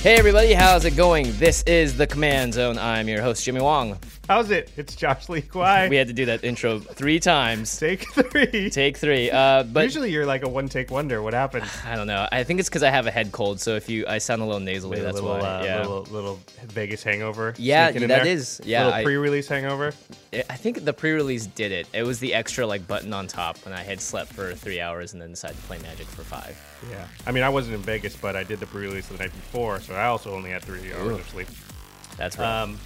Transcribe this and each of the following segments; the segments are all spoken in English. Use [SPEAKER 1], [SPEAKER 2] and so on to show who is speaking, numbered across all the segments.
[SPEAKER 1] Hey everybody, how's it going? This is the Command Zone. I'm your host Jimmy Wong.
[SPEAKER 2] How's it? It's Josh Lee Kwai.
[SPEAKER 1] We had to do that intro three times.
[SPEAKER 2] Take three.
[SPEAKER 1] Take three. Uh, but
[SPEAKER 2] Usually you're like a one take wonder. What happened?
[SPEAKER 1] I don't know. I think it's because I have a head cold, so if you, I sound a little nasally. That's
[SPEAKER 2] a little,
[SPEAKER 1] why.
[SPEAKER 2] uh,
[SPEAKER 1] yeah.
[SPEAKER 2] little, little Vegas hangover.
[SPEAKER 1] Yeah,
[SPEAKER 2] sneaking in
[SPEAKER 1] that
[SPEAKER 2] there.
[SPEAKER 1] is- yeah,
[SPEAKER 2] Little
[SPEAKER 1] I-
[SPEAKER 2] pre release hangover.
[SPEAKER 1] I- I think the pre-release did it. It was the extra like button on top when I had slept for three hours and then decided to play Magic for five.
[SPEAKER 2] Yeah. I mean, I wasn't in Vegas, but I did the pre release the night before, so I also only had three hours of sleep.
[SPEAKER 1] That's right.
[SPEAKER 2] Um,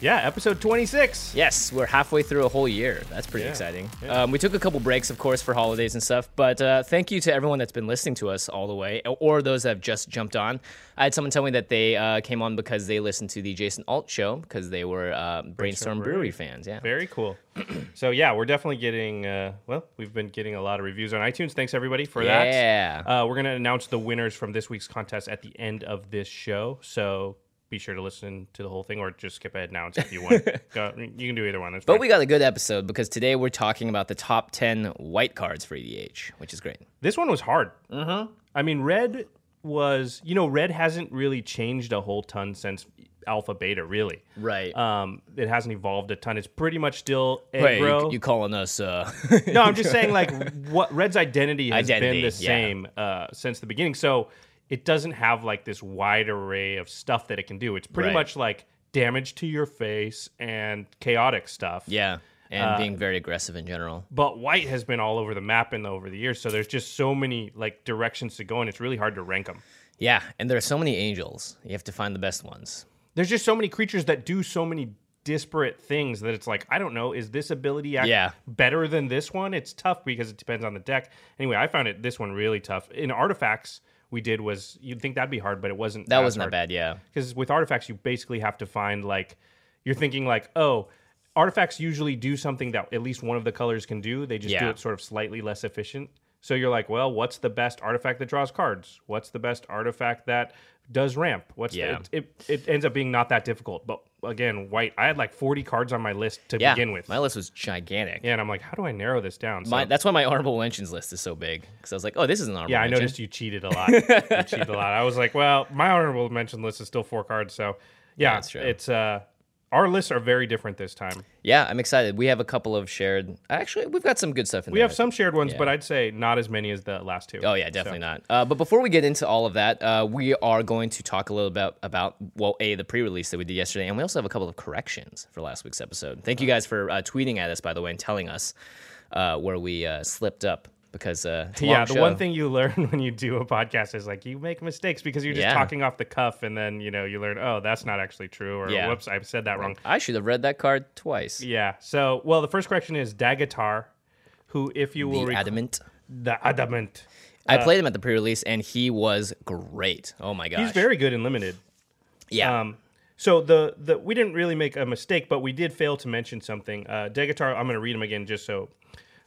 [SPEAKER 2] yeah, episode 26.
[SPEAKER 1] Yes, we're halfway through a whole year. That's pretty
[SPEAKER 2] Yeah,
[SPEAKER 1] exciting.
[SPEAKER 2] yeah.
[SPEAKER 1] Um, we took a couple breaks, of course, for holidays and stuff. But uh, thank you to everyone that's been listening to us all the way, or those that have just jumped on. I had someone tell me that they uh, came on because they listened to the Jason Alt show because they were um, Brainstorm Brewery fans. Yeah.
[SPEAKER 2] Very cool. so, yeah, we're definitely getting, uh, well, we've been getting a lot of reviews on iTunes. Thanks, everybody, for that.
[SPEAKER 1] Yeah.
[SPEAKER 2] Uh, we're going to announce the winners from this week's contest at the end of this show. So be sure to listen to the whole thing or just skip ahead now and see if you want. Go, you can do either one. That's
[SPEAKER 1] But
[SPEAKER 2] fine.
[SPEAKER 1] we got a good episode because today we're talking about the top 10 white cards for EDH, which is great.
[SPEAKER 2] this one was hard. Mm-hmm. I mean, red was, you know, red hasn't really changed a whole ton since alpha beta, really.
[SPEAKER 1] Right.
[SPEAKER 2] Um, it hasn't evolved a ton. It's pretty much still
[SPEAKER 1] Uh, Wait,
[SPEAKER 2] aggro.
[SPEAKER 1] you, you calling us? Uh,
[SPEAKER 2] no, I'm just saying like what Red's identity has
[SPEAKER 1] Identity,
[SPEAKER 2] been the
[SPEAKER 1] yeah.
[SPEAKER 2] same uh, since the beginning. So it doesn't have like this wide array of stuff that it can do. It's pretty
[SPEAKER 1] Right.
[SPEAKER 2] much like damage to your face and chaotic stuff.
[SPEAKER 1] yeah. And
[SPEAKER 2] Uh,
[SPEAKER 1] being very aggressive in general.
[SPEAKER 2] But white has been all over the map in the, over the years, so there's just so many like directions to go, and it's really hard to rank them.
[SPEAKER 1] Yeah. And there are so many angels. You have to find the best ones.
[SPEAKER 2] There's just so many creatures that do so many disparate things that it's like I don't know. Is this ability act
[SPEAKER 1] Yeah.
[SPEAKER 2] better than this one? It's tough because it depends on the deck. Anyway, I found it this one really tough. In artifacts, we did was you'd think that'd be hard, but it wasn't.
[SPEAKER 1] That wasn't that bad. Yeah.
[SPEAKER 2] because with artifacts you basically have to find like you're thinking like oh artifacts usually do something that at least one of the colors can do they just do
[SPEAKER 1] Yeah.
[SPEAKER 2] it sort of slightly less efficient so you're like well what's the best artifact that draws cards what's the best artifact that does ramp what's
[SPEAKER 1] Yeah.
[SPEAKER 2] the, it, it it ends up being not that difficult but again white i had like 40 cards on my list to
[SPEAKER 1] yeah,
[SPEAKER 2] begin with
[SPEAKER 1] My list was gigantic.
[SPEAKER 2] yeah and i'm like how do i narrow this down so
[SPEAKER 1] My, that's why my honorable mentions list is so big because I was like, oh, this is an honorable.
[SPEAKER 2] yeah, I
[SPEAKER 1] mention.
[SPEAKER 2] noticed you cheated a lot. you cheated a lot. I was like, well, my honorable mention list is still four cards, so yeah,
[SPEAKER 1] that's true.
[SPEAKER 2] it's uh, our lists are very different this time.
[SPEAKER 1] Yeah, I'm excited. We have a couple of shared. Actually, we've got some good stuff in
[SPEAKER 2] We
[SPEAKER 1] there.
[SPEAKER 2] have some shared ones, but I'd say not as many as the last two.
[SPEAKER 1] Oh yeah, definitely not. Uh, but before we get into all of that, uh, we are going to talk a little about about well, a the pre-release that we did yesterday, and we also have a couple of corrections for last week's episode. Thank
[SPEAKER 2] Uh-huh.
[SPEAKER 1] you guys for uh, tweeting at us, by the way, and telling us uh, where we uh, slipped up because uh, it's a
[SPEAKER 2] yeah,
[SPEAKER 1] long
[SPEAKER 2] the
[SPEAKER 1] show.
[SPEAKER 2] one thing you learn when you do a podcast is like you make mistakes because you're just
[SPEAKER 1] Yeah.
[SPEAKER 2] talking off the cuff, and then you know you learn, oh, that's not actually true, or
[SPEAKER 1] Yeah.
[SPEAKER 2] whoops, I said that wrong.
[SPEAKER 1] I should have read that card twice.
[SPEAKER 2] Yeah. So, well, the first correction is Dagatar, who, if you will
[SPEAKER 1] The
[SPEAKER 2] recall,
[SPEAKER 1] adamant.
[SPEAKER 2] the adamant,
[SPEAKER 1] I played him at the pre-release, and he was great. Oh my gosh,
[SPEAKER 2] he's very good in limited.
[SPEAKER 1] yeah.
[SPEAKER 2] Um, so the the we didn't really make a mistake, but we did fail to mention something. Uh, Degatar, I'm going to read him again just so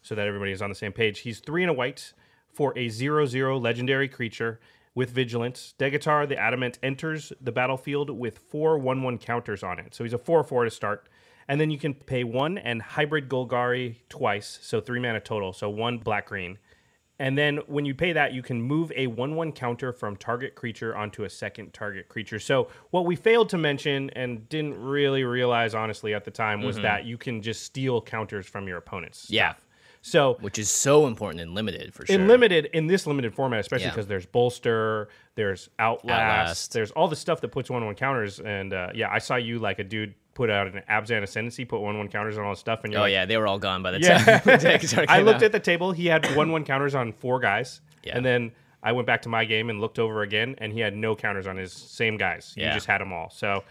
[SPEAKER 2] so that everybody is on the same page. He's three and a white for a zero zero legendary creature with vigilance. Degatar the Adamant enters the battlefield with four 1 1 counters on it. So he's a 4 4 to start. And then you can pay one and hybrid Golgari twice. So three mana total. So one black green. And then when you pay that, you can move a 1 1 counter from target creature onto a second target creature. So, what we failed to mention and didn't really realize, honestly, at the time was that you can just steal counters from your opponents.
[SPEAKER 1] Yeah.
[SPEAKER 2] So,
[SPEAKER 1] Which is so important in limited for sure.
[SPEAKER 2] in limited, in this limited format, especially
[SPEAKER 1] Yeah.
[SPEAKER 2] because there's bolster, there's outlast,
[SPEAKER 1] Outlast.
[SPEAKER 2] there's all the stuff that puts one one counters. And uh, yeah, I saw you like a dude put out an Abzan Ascendancy, put one one counters on all this stuff, and you're
[SPEAKER 1] oh
[SPEAKER 2] like,
[SPEAKER 1] yeah, they were all gone by the
[SPEAKER 2] yeah.
[SPEAKER 1] time. Degatar
[SPEAKER 2] I
[SPEAKER 1] came
[SPEAKER 2] looked
[SPEAKER 1] out.
[SPEAKER 2] at the table. He had one one counters on four guys,
[SPEAKER 1] Yeah.
[SPEAKER 2] and then I went back to my game and looked over again, and he had no counters on his same guys. You
[SPEAKER 1] Yeah.
[SPEAKER 2] just had them all. So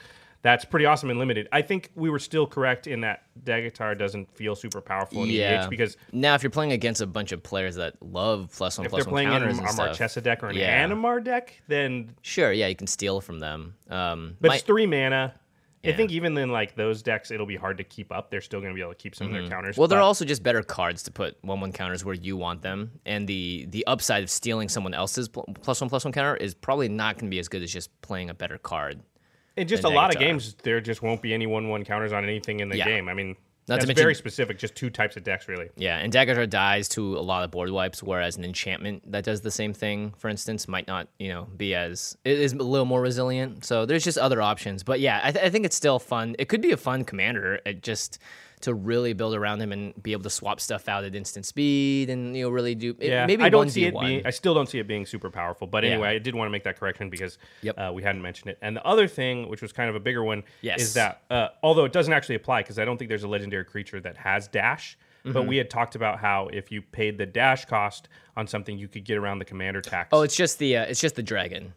[SPEAKER 2] that's pretty awesome and limited. I think we were still correct in that Dagatar doesn't feel super powerful in EDH because
[SPEAKER 1] now if you're playing against a bunch of players that love plus one
[SPEAKER 2] if
[SPEAKER 1] plus
[SPEAKER 2] they're
[SPEAKER 1] one
[SPEAKER 2] playing in a
[SPEAKER 1] counters and stuff,
[SPEAKER 2] Marchesa deck or an
[SPEAKER 1] Yeah.
[SPEAKER 2] Animar deck, then
[SPEAKER 1] sure, yeah, you can steal from them. Um,
[SPEAKER 2] but
[SPEAKER 1] my-
[SPEAKER 2] it's three mana. I
[SPEAKER 1] Yeah.
[SPEAKER 2] think even in like those decks, it'll be hard to keep up. They're still going to be able to keep some of their counters.
[SPEAKER 1] Mm-hmm. well, they're
[SPEAKER 2] but-
[SPEAKER 1] also just better cards to put one one counters where you want them, and the the upside of stealing someone else's pl- plus one plus one counter is probably not going to be as good as just playing a better card.
[SPEAKER 2] And just a
[SPEAKER 1] than
[SPEAKER 2] lot of
[SPEAKER 1] Dagatar.
[SPEAKER 2] games, there just won't be any one-one counters on anything in the
[SPEAKER 1] Yeah.
[SPEAKER 2] game. I mean,
[SPEAKER 1] Not
[SPEAKER 2] that's
[SPEAKER 1] to mention-
[SPEAKER 2] very specific. Just two types of decks, really.
[SPEAKER 1] Yeah, and Dagatar dies to a lot of board wipes, whereas an enchantment that does the same thing, for instance, might not, you know, be as it is a little more resilient. So there's just other options. But yeah, I, th- I think it's still fun. It could be a fun commander, it just to really build around him and be able to swap stuff out at instant speed and you know really do it, maybe
[SPEAKER 2] I don't
[SPEAKER 1] one
[SPEAKER 2] see it
[SPEAKER 1] v1.
[SPEAKER 2] being. I still don't see it being super powerful. But
[SPEAKER 1] Yeah.
[SPEAKER 2] anyway, I did want to make that correction because
[SPEAKER 1] Yep.
[SPEAKER 2] uh, we hadn't mentioned it. And the other thing, which was kind of a bigger one,
[SPEAKER 1] Yes.
[SPEAKER 2] is that uh, although it doesn't actually apply because I don't think there's a legendary creature that has dash.
[SPEAKER 1] Mm-hmm.
[SPEAKER 2] But we had talked about how if you paid the dash cost on something, you could get around the commander tax.
[SPEAKER 1] oh, it's just the uh, it's just the dragon.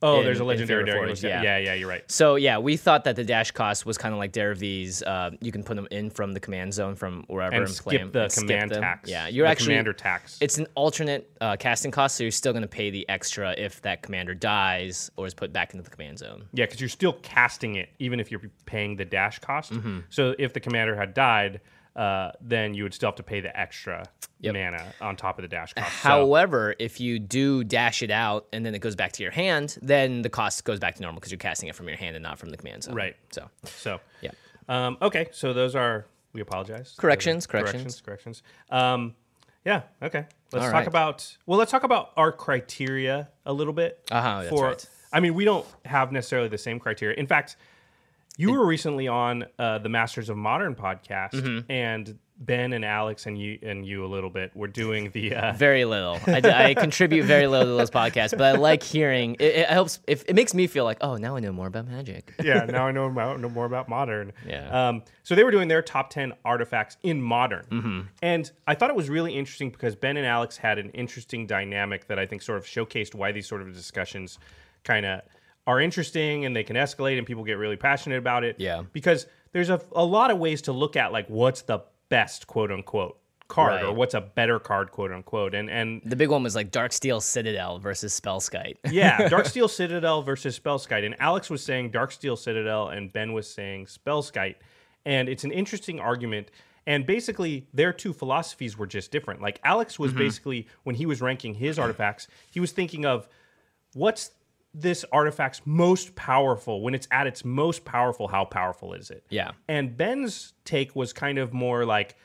[SPEAKER 2] Oh,
[SPEAKER 1] in-
[SPEAKER 2] there's a
[SPEAKER 1] in
[SPEAKER 2] legendary
[SPEAKER 1] Theory of
[SPEAKER 2] dragon.
[SPEAKER 1] Forge,
[SPEAKER 2] yeah.
[SPEAKER 1] yeah.
[SPEAKER 2] yeah, yeah, you're right.
[SPEAKER 1] So yeah, we thought that the dash cost was kind of like Derev's. Uh, you can put them in from the command zone from wherever and,
[SPEAKER 2] And
[SPEAKER 1] play
[SPEAKER 2] skip
[SPEAKER 1] 'em
[SPEAKER 2] the
[SPEAKER 1] and skip
[SPEAKER 2] command
[SPEAKER 1] them.
[SPEAKER 2] tax.
[SPEAKER 1] Yeah, you're
[SPEAKER 2] the
[SPEAKER 1] actually
[SPEAKER 2] commander tax.
[SPEAKER 1] It's an alternate uh, casting cost, so you're still going to pay the extra if that commander dies or is put back into the command zone.
[SPEAKER 2] Yeah, because you're still casting it, even if you're paying the dash cost.
[SPEAKER 1] Mm-hmm.
[SPEAKER 2] So if the commander had died, uh, then you would still have to pay the extra
[SPEAKER 1] Yep.
[SPEAKER 2] mana on top of the dash cost. So-
[SPEAKER 1] However, if you do dash it out and then it goes back to your hand, then the cost goes back to normal because you're casting it from your hand and not from the command zone.
[SPEAKER 2] Right.
[SPEAKER 1] So
[SPEAKER 2] so
[SPEAKER 1] Yeah.
[SPEAKER 2] Um, okay, so those are we apologize.
[SPEAKER 1] Corrections,
[SPEAKER 2] Those are
[SPEAKER 1] corrections.
[SPEAKER 2] corrections, corrections. Um, yeah. Okay. Let's
[SPEAKER 1] All
[SPEAKER 2] talk
[SPEAKER 1] right.
[SPEAKER 2] about well. Let's talk about our criteria a little bit.
[SPEAKER 1] Uh-huh, that's right.
[SPEAKER 2] I mean, we don't have necessarily the same criteria. In fact, you were recently on uh, the Masters of Modern podcast,
[SPEAKER 1] Mm-hmm.
[SPEAKER 2] and Ben and Alex and you and you a little bit were doing the uh,
[SPEAKER 1] very little. I, d- I contribute very little to those podcasts, but I like hearing. It, it helps. If it makes me feel like, oh, now I know more about magic.
[SPEAKER 2] yeah, now I know about, know more about modern.
[SPEAKER 1] Yeah.
[SPEAKER 2] Um, so they were doing their top ten artifacts in modern,
[SPEAKER 1] Mm-hmm.
[SPEAKER 2] and I thought it was really interesting because Ben and Alex had an interesting dynamic that I think sort of showcased why these sort of discussions kind of are interesting and they can escalate and people get really passionate about it.
[SPEAKER 1] Yeah.
[SPEAKER 2] Because there's a, a lot of ways to look at like what's the best quote unquote card or
[SPEAKER 1] Right.
[SPEAKER 2] what's a better card quote unquote and and
[SPEAKER 1] The big one was like Dark Steel Citadel versus Spellskite.
[SPEAKER 2] yeah, Darksteel Citadel versus Spellskite. And Alex was saying Darksteel Citadel, and Ben was saying Spellskite. And it's an interesting argument. And basically, their two philosophies were just different. Like, Alex
[SPEAKER 1] Mm-hmm.
[SPEAKER 2] was basically, when he was ranking his artifacts, he was thinking of what's this artifact's most powerful? When it's at its most powerful, how powerful is it?
[SPEAKER 1] Yeah.
[SPEAKER 2] And Ben's take was kind of more like,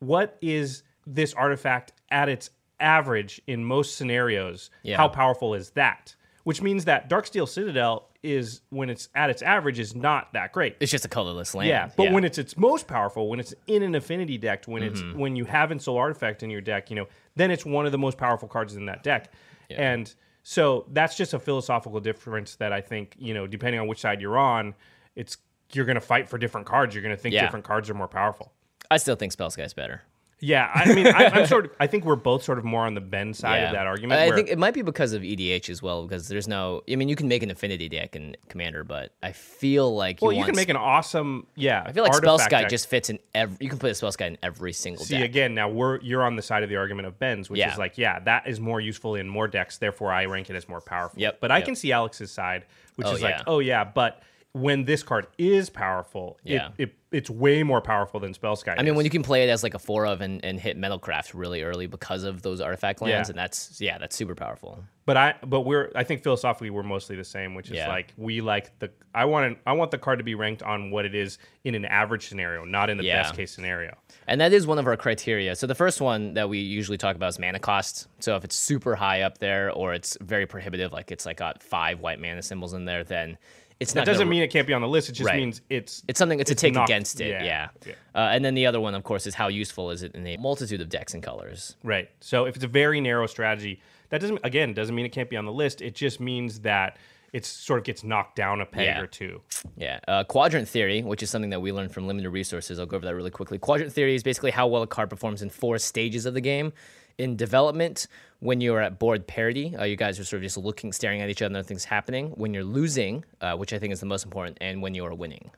[SPEAKER 2] what is this artifact at its average in most scenarios?
[SPEAKER 1] Yeah.
[SPEAKER 2] How powerful is that? Which means that Darksteel Citadel is when it's at its average is not that great.
[SPEAKER 1] It's just a colorless land.
[SPEAKER 2] yeah, but when it's its most powerful, when it's in an affinity deck, when
[SPEAKER 1] Mm-hmm.
[SPEAKER 2] it's when you have Insul Artifact in your deck, you know, then it's one of the most powerful cards in that deck. And so that's just a philosophical difference that I think, you know, depending on which side you're on, it's you're going to fight for different cards. You're going to think
[SPEAKER 1] Yeah.
[SPEAKER 2] different cards are more powerful.
[SPEAKER 1] I still think Spellskite's better.
[SPEAKER 2] Yeah, I mean, I, I'm sort of. I think we're both sort of more on the Ben side
[SPEAKER 1] Yeah.
[SPEAKER 2] of that argument.
[SPEAKER 1] I
[SPEAKER 2] where-
[SPEAKER 1] think it might be because of EDH as well, because there's no. I mean, you can make an affinity deck in Commander, but I feel like
[SPEAKER 2] well,
[SPEAKER 1] you,
[SPEAKER 2] you can
[SPEAKER 1] want-
[SPEAKER 2] make an awesome. Yeah,
[SPEAKER 1] I feel like
[SPEAKER 2] artifact
[SPEAKER 1] Spellskite
[SPEAKER 2] deck.
[SPEAKER 1] just fits in every. You can play a Spellskite in every single
[SPEAKER 2] see
[SPEAKER 1] deck.
[SPEAKER 2] again. Now we're you're on the side of the argument of Ben's, which
[SPEAKER 1] Yeah.
[SPEAKER 2] is like, yeah, that is more useful in more decks. Therefore, I rank it as more powerful.
[SPEAKER 1] Yep,
[SPEAKER 2] But I
[SPEAKER 1] yep.
[SPEAKER 2] can see Alex's side, which
[SPEAKER 1] Oh,
[SPEAKER 2] is like,
[SPEAKER 1] yeah.
[SPEAKER 2] oh yeah, but when this card is powerful,
[SPEAKER 1] Yeah.
[SPEAKER 2] it, it it's way more powerful than Spell Sky.
[SPEAKER 1] I mean, when you can play it as like a four of and, and hit Metalcraft really early because of those artifact lands,
[SPEAKER 2] Yeah.
[SPEAKER 1] and that's yeah, that's super powerful.
[SPEAKER 2] but I but we're I think philosophically we're mostly the same, which is
[SPEAKER 1] Yeah.
[SPEAKER 2] like we like the I want an, I want the card to be ranked on what it is in an average scenario, not in the
[SPEAKER 1] Yeah.
[SPEAKER 2] best case scenario.
[SPEAKER 1] And that is one of our criteria. So the first one that we usually talk about is mana cost. So if it's super high up there or it's very prohibitive, like it's like got five white mana symbols in there, then it's not.
[SPEAKER 2] That doesn't
[SPEAKER 1] gonna-
[SPEAKER 2] mean it can't be on the list. It just
[SPEAKER 1] Right.
[SPEAKER 2] means it's
[SPEAKER 1] it's something. It's, a take
[SPEAKER 2] knocked-
[SPEAKER 1] against it. Yeah.
[SPEAKER 2] yeah, yeah.
[SPEAKER 1] Uh, and then the other one, of course, is how useful is it in a multitude of decks and colors.
[SPEAKER 2] Right. So if it's a very narrow strategy, that doesn't again doesn't mean it can't be on the list. It just means that it sort of gets knocked down a peg
[SPEAKER 1] Yeah.
[SPEAKER 2] or two.
[SPEAKER 1] Yeah. Uh, quadrant theory, which is something that we learned from limited resources. I'll go over that really quickly. Quadrant theory is basically how well a card performs in four stages of the game. In development, when you're at board parity, uh, you guys are sort of just looking, staring at each other, nothing's happening. When you're losing, uh, which I think is the most important, and when you are winning.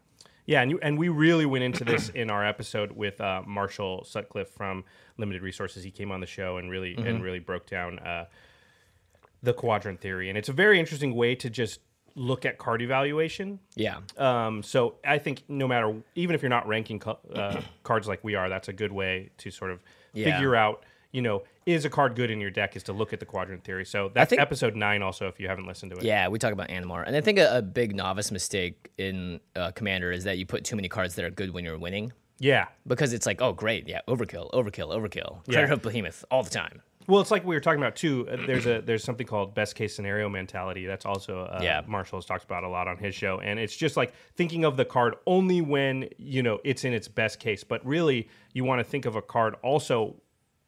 [SPEAKER 2] Yeah, and you and we really went into this in our episode with uh, Marshall Sutcliffe from Limited Resources. He came on the show and really and really broke down uh, the quadrant theory, and it's a very interesting way to just look at card evaluation.
[SPEAKER 1] Yeah.
[SPEAKER 2] Um, so I think no matter, even if you're not ranking co- uh, cards like we are, that's a good way to sort of
[SPEAKER 1] Yeah.
[SPEAKER 2] figure out, you know, is a card good in your deck? Is to look at the quadrant theory. So that's
[SPEAKER 1] think-
[SPEAKER 2] episode nine. Also, if you haven't listened to it,
[SPEAKER 1] Yeah, we talk about Animar. And I think a, a big novice mistake in uh, Commander is that you put too many cards that are good when you're winning
[SPEAKER 2] yeah.
[SPEAKER 1] because it's like, oh, great. Yeah, overkill, overkill, overkill. Yeah. of Behemoth all the time.
[SPEAKER 2] Well, it's like we were talking about too. uh, There's a there's something called best case scenario mentality. That's also uh,
[SPEAKER 1] Yeah.
[SPEAKER 2] Marshall has talked about a lot on his show, and it's just like thinking of the card only when you know it's in its best case. But really, you want to think of a card also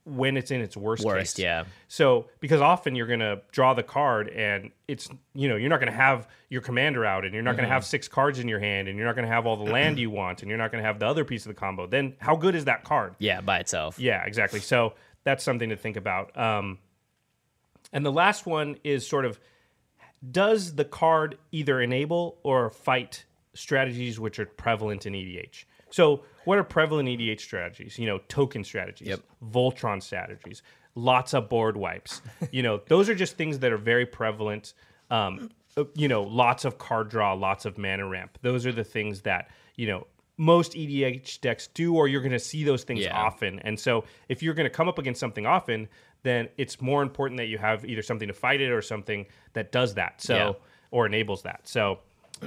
[SPEAKER 2] when it's in its worst.
[SPEAKER 1] Worst,
[SPEAKER 2] case.
[SPEAKER 1] yeah.
[SPEAKER 2] So because often you're gonna draw the card, and it's you know you're not gonna have your commander out, and you're not
[SPEAKER 1] Mm-hmm.
[SPEAKER 2] gonna have six cards in your hand, and you're not gonna have all the land you want, and you're not gonna have the other piece of the combo. Then how good is that card?
[SPEAKER 1] Yeah, by itself.
[SPEAKER 2] Yeah, exactly. So that's something to think about. Um, and the last one is sort of does the card either enable or fight strategies which are prevalent in EDH? So what are prevalent EDH strategies? You know, token strategies,
[SPEAKER 1] Yep.
[SPEAKER 2] Voltron strategies, lots of board wipes. you know, those are just things that are very prevalent. Um, uh, you know, lots of card draw, lots of mana ramp. Those are the things that you know most EDH decks do, or you're going to see those things
[SPEAKER 1] Yeah.
[SPEAKER 2] often often. And so if you're going to come up against something often, then it's more important that you have either something to fight it or something that does that. So
[SPEAKER 1] Yeah.
[SPEAKER 2] or enables that. So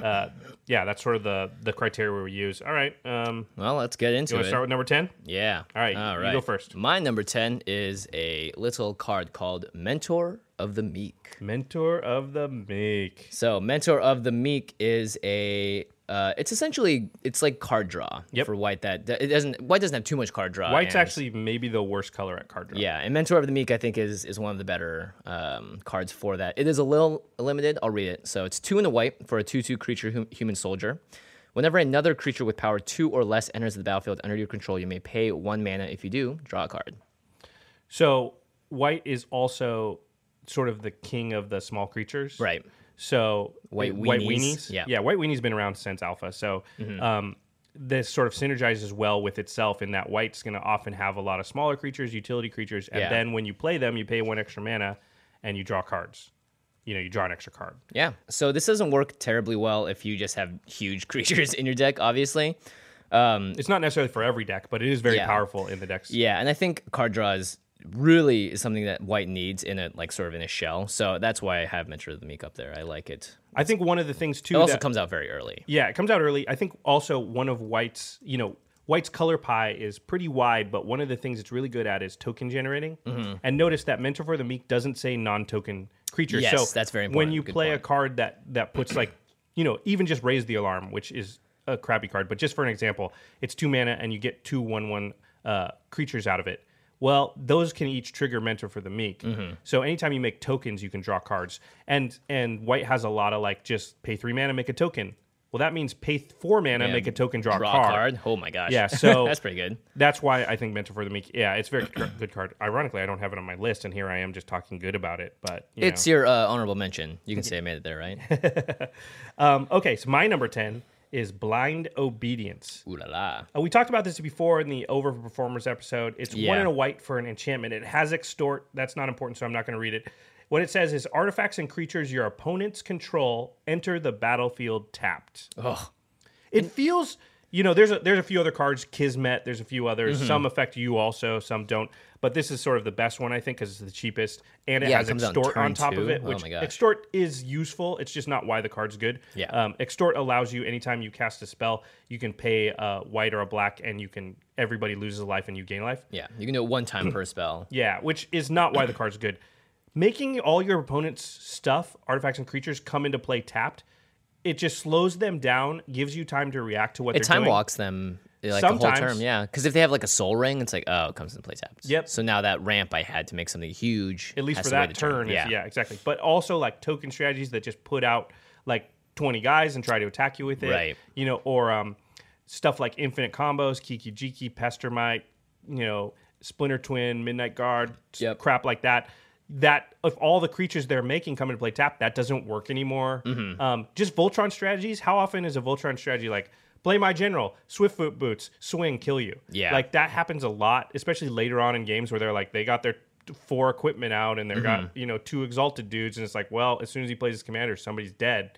[SPEAKER 2] uh, yeah, that's sort of the the criteria we use. All right. Um,
[SPEAKER 1] Well, let's get into
[SPEAKER 2] you want
[SPEAKER 1] it.
[SPEAKER 2] to start with number ten?
[SPEAKER 1] Yeah.
[SPEAKER 2] All right, you go first.
[SPEAKER 1] My number 10 is a little card called Mentor of the Meek.
[SPEAKER 2] Mentor of the Meek.
[SPEAKER 1] So, Mentor of the Meek is a uh, it's essentially it's like card draw
[SPEAKER 2] Yep.
[SPEAKER 1] for white that, that- it doesn't white doesn't have too much card draw.
[SPEAKER 2] White's
[SPEAKER 1] and-
[SPEAKER 2] actually maybe the worst color at card draw.
[SPEAKER 1] Yeah, and Mentor of the Meek I think is is one of the better um, cards for that. It is a little limited. I'll read it. So it's two and a white for a two-two creature hum- human soldier. Whenever another creature with power two or less enters the battlefield under your control, you may pay one mana. If you do, draw a card.
[SPEAKER 2] So white is also sort of the king of the small creatures.
[SPEAKER 1] Right.
[SPEAKER 2] So
[SPEAKER 1] White weenies. Yeah. Mm-hmm.
[SPEAKER 2] yeah, white weenies been around since alpha. So um, this sort of synergizes well with itself in that white's going to often have a lot of smaller creatures, utility creatures, and
[SPEAKER 1] Yeah.
[SPEAKER 2] then when you play them, you pay one extra mana and you draw cards. You know, you draw an extra card.
[SPEAKER 1] Yeah. So this doesn't work terribly well if you just have huge creatures in your deck, obviously.
[SPEAKER 2] It's not necessarily for every deck, but it is very
[SPEAKER 1] Mm. Yeah.
[SPEAKER 2] powerful in the decks.
[SPEAKER 1] Yeah, and I think card draw is really is something that white needs in a like sort of in a shell. So that's why I have Mentor of the Meek up there. I like it.
[SPEAKER 2] I think one of the things too
[SPEAKER 1] It also
[SPEAKER 2] that-
[SPEAKER 1] comes out very early.
[SPEAKER 2] Yeah, it comes out early. I think also one of White's, you know, White's color pie is pretty wide, but one of the things it's really good at is token generating.
[SPEAKER 1] Mm-hmm.
[SPEAKER 2] And notice that Mentor for the Meek doesn't say non-token creature.
[SPEAKER 1] Yes,
[SPEAKER 2] so
[SPEAKER 1] that's very
[SPEAKER 2] When
[SPEAKER 1] important.
[SPEAKER 2] you
[SPEAKER 1] Good
[SPEAKER 2] play
[SPEAKER 1] point.
[SPEAKER 2] a card that that puts like, you know, even just raise the alarm, which is a crappy card, but just for an example, it's two mana and you get two one-one uh, creatures out of it. Well, those can each trigger Mentor for the Meek.
[SPEAKER 1] Mm-hmm.
[SPEAKER 2] So anytime you make tokens, you can draw cards. And and White has a lot of like just pay three mana, make a token. Well, that means pay th- four mana,
[SPEAKER 1] Yeah,
[SPEAKER 2] make a token, draw,
[SPEAKER 1] Draw
[SPEAKER 2] a card.
[SPEAKER 1] card. Oh my gosh.
[SPEAKER 2] Yeah, so-
[SPEAKER 1] that's pretty good.
[SPEAKER 2] That's why I think Mentor for the Meek. Yeah, it's a very cr- good card. Ironically, I don't have it on my list, and here I am just talking good about it. But you
[SPEAKER 1] It's your uh, honorable mention. You can say I made it there, right?
[SPEAKER 2] know. um, okay. So my number ten is Blind Obedience.
[SPEAKER 1] Ooh la la.
[SPEAKER 2] Uh, we talked about this before in the overperformers episode. It's
[SPEAKER 1] Yeah.
[SPEAKER 2] one in a white for an enchantment. It has extort. That's not important, so I'm not going to read it. What it says is artifacts and creatures your opponents control enter the battlefield tapped.
[SPEAKER 1] Oh,
[SPEAKER 2] It feels, you know, there's a, there's a few other cards, Kismet. There's a few others.
[SPEAKER 1] Mm-hmm.
[SPEAKER 2] Some affect you also, some don't. But this is sort of the best one I think because it's the cheapest, and it
[SPEAKER 1] Yeah, it
[SPEAKER 2] has
[SPEAKER 1] comes out on
[SPEAKER 2] extort on,
[SPEAKER 1] turn
[SPEAKER 2] top of
[SPEAKER 1] two.
[SPEAKER 2] it.
[SPEAKER 1] Oh
[SPEAKER 2] Which
[SPEAKER 1] my gosh.
[SPEAKER 2] extort is useful. It's just not why the card's good.
[SPEAKER 1] Yeah.
[SPEAKER 2] Um, extort allows you anytime you cast a spell, you can pay a white or a black, and you can everybody loses a life and you gain life.
[SPEAKER 1] yeah. You can do it one time per spell.
[SPEAKER 2] Yeah, which is not why the card's good. Making all your opponent's stuff, artifacts and creatures, come into play tapped, it just slows them down, gives you time to react to what
[SPEAKER 1] It
[SPEAKER 2] they're
[SPEAKER 1] time
[SPEAKER 2] doing.
[SPEAKER 1] walks them eh, like the whole
[SPEAKER 2] Sometimes.
[SPEAKER 1] term, yeah. Because if they have like a soul ring, it's like oh, it comes into play tapped.
[SPEAKER 2] Yep.
[SPEAKER 1] So now that ramp I had to make something huge,
[SPEAKER 2] At least
[SPEAKER 1] has
[SPEAKER 2] for
[SPEAKER 1] to wait
[SPEAKER 2] that
[SPEAKER 1] a
[SPEAKER 2] turn. is-
[SPEAKER 1] Yeah.
[SPEAKER 2] yeah, exactly. But also like token strategies that just put out like 20 guys and try to attack you with it.
[SPEAKER 1] Right.
[SPEAKER 2] You know, or um, stuff like infinite combos, Kiki Jiki, Pestermite, you know, Splinter Twin, Midnight Guard, s-
[SPEAKER 1] Yep.
[SPEAKER 2] crap like that. That if all the creatures they're making come into play tap, that doesn't work anymore.
[SPEAKER 1] Mm-hmm.
[SPEAKER 2] Um, just Voltron strategies. How often is a Voltron strategy like play my general, Swiftfoot boots, swing, kill you?
[SPEAKER 1] Yeah.
[SPEAKER 2] like that happens a lot, especially later on in games where they're like they got their t- four equipment out and they're got
[SPEAKER 1] Mm-hmm.
[SPEAKER 2] you know two exalted dudes, and it's like, well, as soon as he plays his commander, somebody's dead,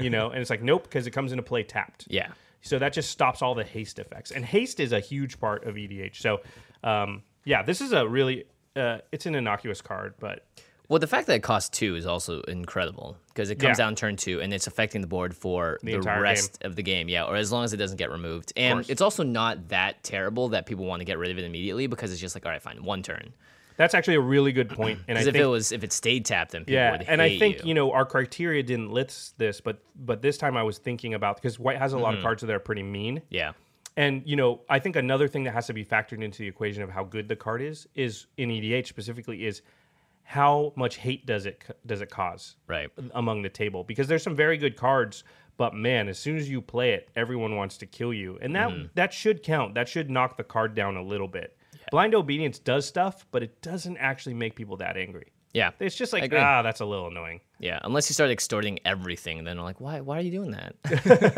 [SPEAKER 2] you know, and it's like nope because it comes into play tapped.
[SPEAKER 1] Yeah.
[SPEAKER 2] So that just stops all the haste effects, and haste is a huge part of EDH. So, um, yeah, this is a really uh, it's an innocuous card, but
[SPEAKER 1] Well, the fact that it costs two is also incredible because it comes
[SPEAKER 2] Yeah.
[SPEAKER 1] down turn two and it's affecting the board for the,
[SPEAKER 2] entire
[SPEAKER 1] rest of the game. Yeah, or as long as it doesn't get removed. And
[SPEAKER 2] course.
[SPEAKER 1] it's also not that terrible that people want to get rid of it immediately because it's just like, all right, fine, one turn.
[SPEAKER 2] that's actually a really good point. And I
[SPEAKER 1] Because
[SPEAKER 2] think
[SPEAKER 1] if it was if it stayed tapped, then people
[SPEAKER 2] yeah,
[SPEAKER 1] would
[SPEAKER 2] and I
[SPEAKER 1] hate
[SPEAKER 2] think you. know our criteria didn't list this, but but this time I was thinking about because White has a
[SPEAKER 1] Mm-hmm.
[SPEAKER 2] lot of cards that are pretty mean.
[SPEAKER 1] yeah,
[SPEAKER 2] And you know, I think another thing that has to be factored into the equation of how good the card is is in EDH specifically is how much hate does it does it cause
[SPEAKER 1] Right.
[SPEAKER 2] among the table because there's some very good cards, but man, as soon as you play it, everyone wants to kill you, and
[SPEAKER 1] Mm-hmm.
[SPEAKER 2] that that should count. That should knock the card down a little bit. Blind obedience does stuff, but it doesn't actually make people that angry.
[SPEAKER 1] yeah,
[SPEAKER 2] It's just
[SPEAKER 1] I
[SPEAKER 2] like
[SPEAKER 1] agree.
[SPEAKER 2] ah, that's a little annoying.
[SPEAKER 1] yeah. Unless you start extorting everything, then I'm like, why? Why are you doing that?